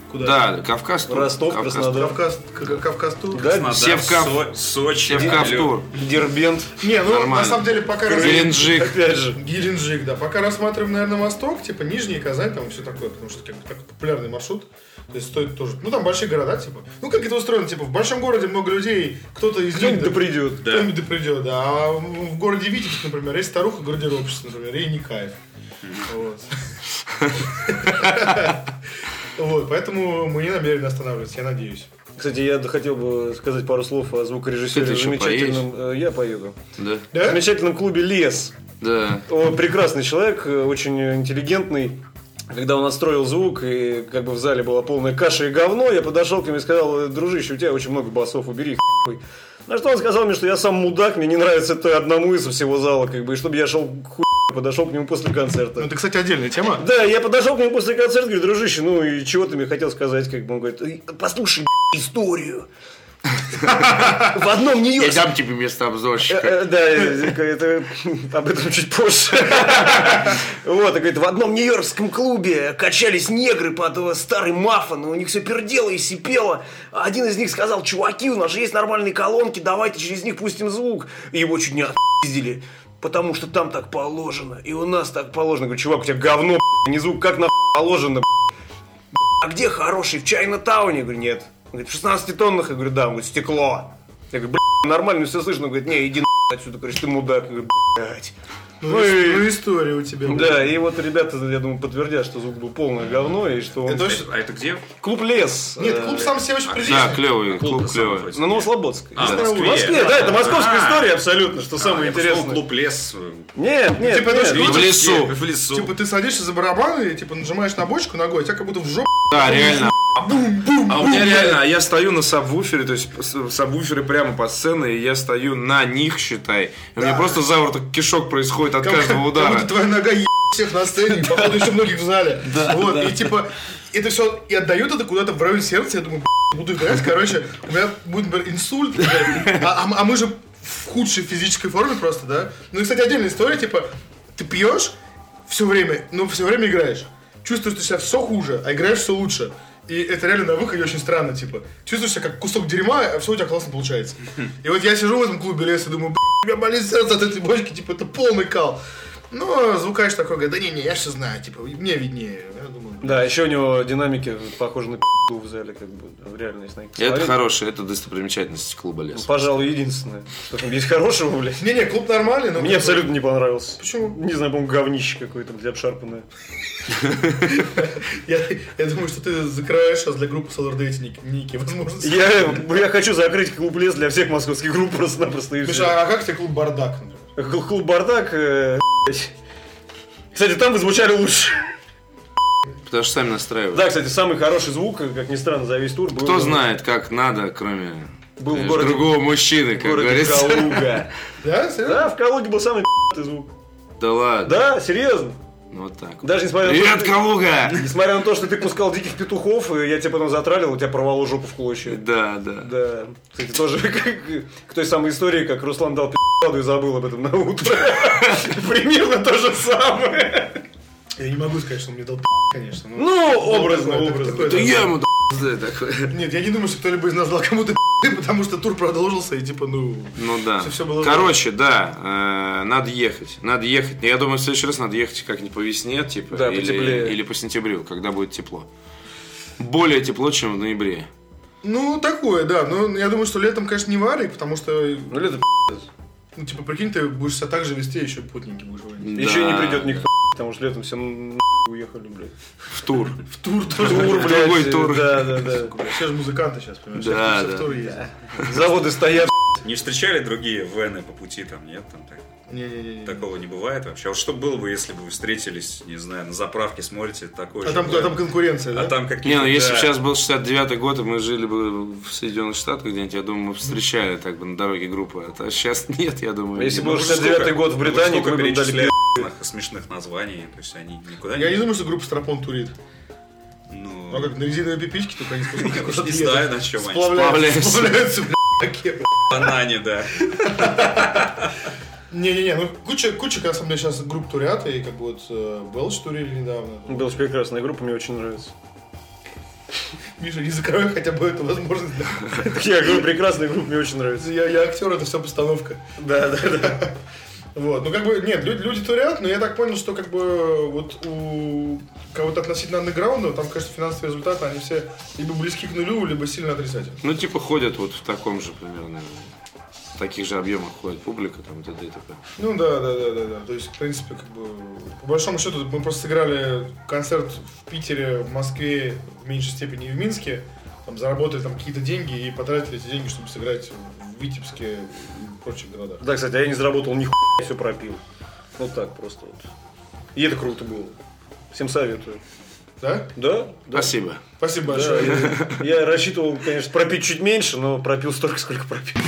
Куда? Да, Кавказ тур. Ростов, Кавказ тур. Краснодар. Кавказ, К- Кавказ тур. Да, Все в каф- Со- Все Сочи. в Кавтур. Дербент. Не, ну, Нормально. на самом деле, пока... раз- Геленджик. Опять же. Геленджик, да. Пока рассматриваем, наверное, Восток, типа Нижний Казань, там все такое, потому что как бы такой популярный маршрут. То есть стоит тоже. Ну там большие города, типа. Ну как это устроено, типа в большом городе много людей, кто-то из них. Кто-нибудь да придет. Да. Кто-нибудь да придет, да. А в в городе Витебск, например, есть старуха гардеробщица, например, ей не кайф. Вот. Вот, поэтому мы не намерены останавливаться, я надеюсь. Кстати, я хотел бы сказать пару слов о звукорежиссере Ты еще замечательном. э, Я поеду. Да. В Да? замечательном клубе Лес. Да. Он прекрасный человек, э, очень интеллигентный. Когда он настроил звук, и как бы в зале была полная каша и говно, я подошел к нему и сказал, «Э, дружище, у тебя очень много басов, убери их хуй». На что он сказал мне, что я сам мудак, мне не нравится это одному из всего зала, как бы, и чтобы я шел к хуй, подошел к нему после концерта. Ну, это, кстати, отдельная тема. Да, я подошел к нему после концерта, говорю, дружище, ну и чего ты мне хотел сказать? Как бы он говорит, «Э, послушай историю. В одном нее... Я дам тебе место Э, обзорщика. э, Да, э, э, это, об этом чуть позже. Вот, и говорит, в одном нью-йоркском клубе качались негры под э, старый маффин, и у них все пердело и сипело. Один из них сказал, чуваки, у нас же есть нормальные колонки, давайте через них пустим звук. И его чуть не отпиздили, потому что там так положено, и у нас так положено. Говорю, чувак, у тебя говно, не звук, как на положено, а где хороший? В Чайна-тауне? Я говорю, нет. Он говорит, в 16 тоннах? Я говорю, да. Он говорит, стекло. Я говорю, блядь, нормально все слышно. Он говорит, не, иди нахуй отсюда, короче, ты мудак. Я говорю, блядь. Ну, и- ну, история у тебя. Да, и вот ребята, я думаю, подтвердят, что звук был полное говно, и что он... Это- А это где? Клуб «Лес». Нет, э, клуб сам себе очень приличный. Да, клевый, клуб на самом клевый. Ну, деле. На Новослободской. А, в Да. Москве. Москве. В Москве, да, это московская история абсолютно, что самое Я просто интересное. Клуб лес. э, Нет, нет, Типа, это нет. же И в лесу. В лесу. Типа ты садишься за барабан и типа нажимаешь на бочку ногой, а тебя как будто в жопу Да, реально. А у меня реально, а я стою на сабвуфере, то есть с- сабвуферы прямо под сценой, и я стою на них, считай. И У меня просто заворот кишок происходит от каждого Как удара. будто твоя нога е... всех на сцене, и, походу еще многих в зале. Вот, и типа, это все, и отдают это куда-то в район сердца, я думаю, «Б***ь, буду играть, короче, у меня будет, например, инсульт, например. а, а м- а мы же в худшей физической форме просто, да? Ну и, кстати, отдельная история, типа, ты пьешь все время, но все время играешь. чувствуешь ты себя все хуже, а играешь все лучше. И это реально на выходе очень странно, типа. Чувствуешь себя как кусок дерьма, а все у тебя классно получается. И вот я сижу в этом клубе леса и думаю, «Б***, у меня болит сердце от этой бочки, типа, это полный кал. Ну, Но звукач такой говорит, да не-не, я все знаю, типа, мне виднее. Я думаю, Да, еще у него динамики похожи на пи***у в зале, как бы, в реальной снаке. Это Смотрел? хорошая, это достопримечательность клуба Ну, лес. Пожалуй, единственное, что там есть хорошего, блядь. не-не, клуб нормальный, но... Мне абсолютно не понравился. Почему? Не знаю, по-моему, говнище какое-то, блядь, обшарпанное. Я, я думаю, что ты закрываешь сейчас для группы Solar Date ник- ники возможности. Я, я хочу закрыть клуб лес для всех московских групп просто-напросто. и всё. Миша, а как тебе клуб Бардак, например? Кл- Клуб Бардак, э, блядь. Кстати, там вы звучали лучше. Потому что сами настраивают. Ну, Да, кстати, самый хороший звук, как ни странно, за весь тур был. Кто знает, как надо, кроме Был в знаешь, городе- другого мужчины, в как городе говорится. Калуга. Да, серьезно? Да, в Калуге был самый пи***тый звук. Да ладно. Да, серьезно. Ну, Вот так. Даже несмотря на то, Привет, что- Калуга! Несмотря на то, что ты пускал диких петухов, и я тебя потом затралил, у тебя порвало жопу в клочья. Да, да. Да. Кстати, тоже как к той самой истории, как Руслан дал пи***ду и забыл об этом на утро. Примерно то же самое. Я не могу сказать, что он мне дал пи***, конечно. но- Ну, образно, такое, образно. такое, Да да. я ему да, такой. Нет, я не думаю, что кто-либо из нас дал кому-то пи***, потому что тур продолжился, и типа, ну... Ну да. Всё- всё было Короче, да, э, надо ехать. Надо ехать. Я думаю, в следующий раз надо ехать как-нибудь по весне, типа, Да, или, потеплее. или по сентябрю, когда будет тепло. Более тепло, чем в ноябре. Ну, такое, да. Но я думаю, что летом, конечно, не варий, потому что, Ну, лето ну, типа, прикинь, ты будешь себя так же вести, еще путники будешь водить. Еще и не Да, придет никто, потому что летом все нахуй уехали, блядь. В тур. В тур тоже. Тур, В блядь. другой э, тур. Да, да, да. Все же музыканты сейчас, понимаешь? Да, все, да. в тур ездят. Заводы стоят. Не встречали другие вены по пути там, нет? Там так- Не-не-не. такого не бывает вообще. А вот что было бы, если бы вы встретились, не знаю, на заправке смотрите такой А же там, вен? а там конкуренция, да? А там какие-то... Не, ну если бы да. сейчас был 69-й год, и мы жили бы в Соединенных Штатах где-нибудь, я думаю, мы бы встречали так бы на дороге группы. А сейчас нет, я думаю. Если не был Ну, 69-й сколько- год в Британии, то сколько мы бы дали перечисляли разных смешных названий, то есть они никуда Я не не... думаю, что группа Страпон турит. Ну, Ну, как на резиновые пипички, только они спускаются. уж не куда-то знаю, едут. на чем они. Сплавляются, Сплавляются. сплавляются, блядь, Банане, да. Не-не-не, ну куча, куча, как раз, у меня сейчас групп турят, и как бы вот э, Белч турили недавно. Была прекрасная группа, мне очень нравится. Миша, не закрывай хотя бы эту возможность. Я говорю, прекрасная группа, мне очень нравится. Я, я актер, это все постановка. Да, да, да. Вот, ну как бы, нет, люди, люди турят, но я так понял, что как бы вот у кого-то относительно андеграунда, там, конечно, финансовые результаты, они все либо близки к нулю, либо сильно отрицательны. Ну, типа, ходят вот в таком же примерно, в таких же объемах ходит публика, там, и т.д. и т.п. Ну да, да, да, да, да. То есть, в принципе, как бы, по большому счету, мы просто сыграли концерт в Питере, в Москве, в меньшей степени и в Минске, там, заработали там какие-то деньги и потратили эти деньги, чтобы сыграть в Витебске и прочих городах. Да, кстати, а я не заработал ни все пропил. Вот так просто вот. И это круто было. Всем советую. Да? Да? Да. Спасибо. Спасибо Да, большое. я, я рассчитывал, конечно, пропить чуть меньше, но пропил столько, сколько пропил.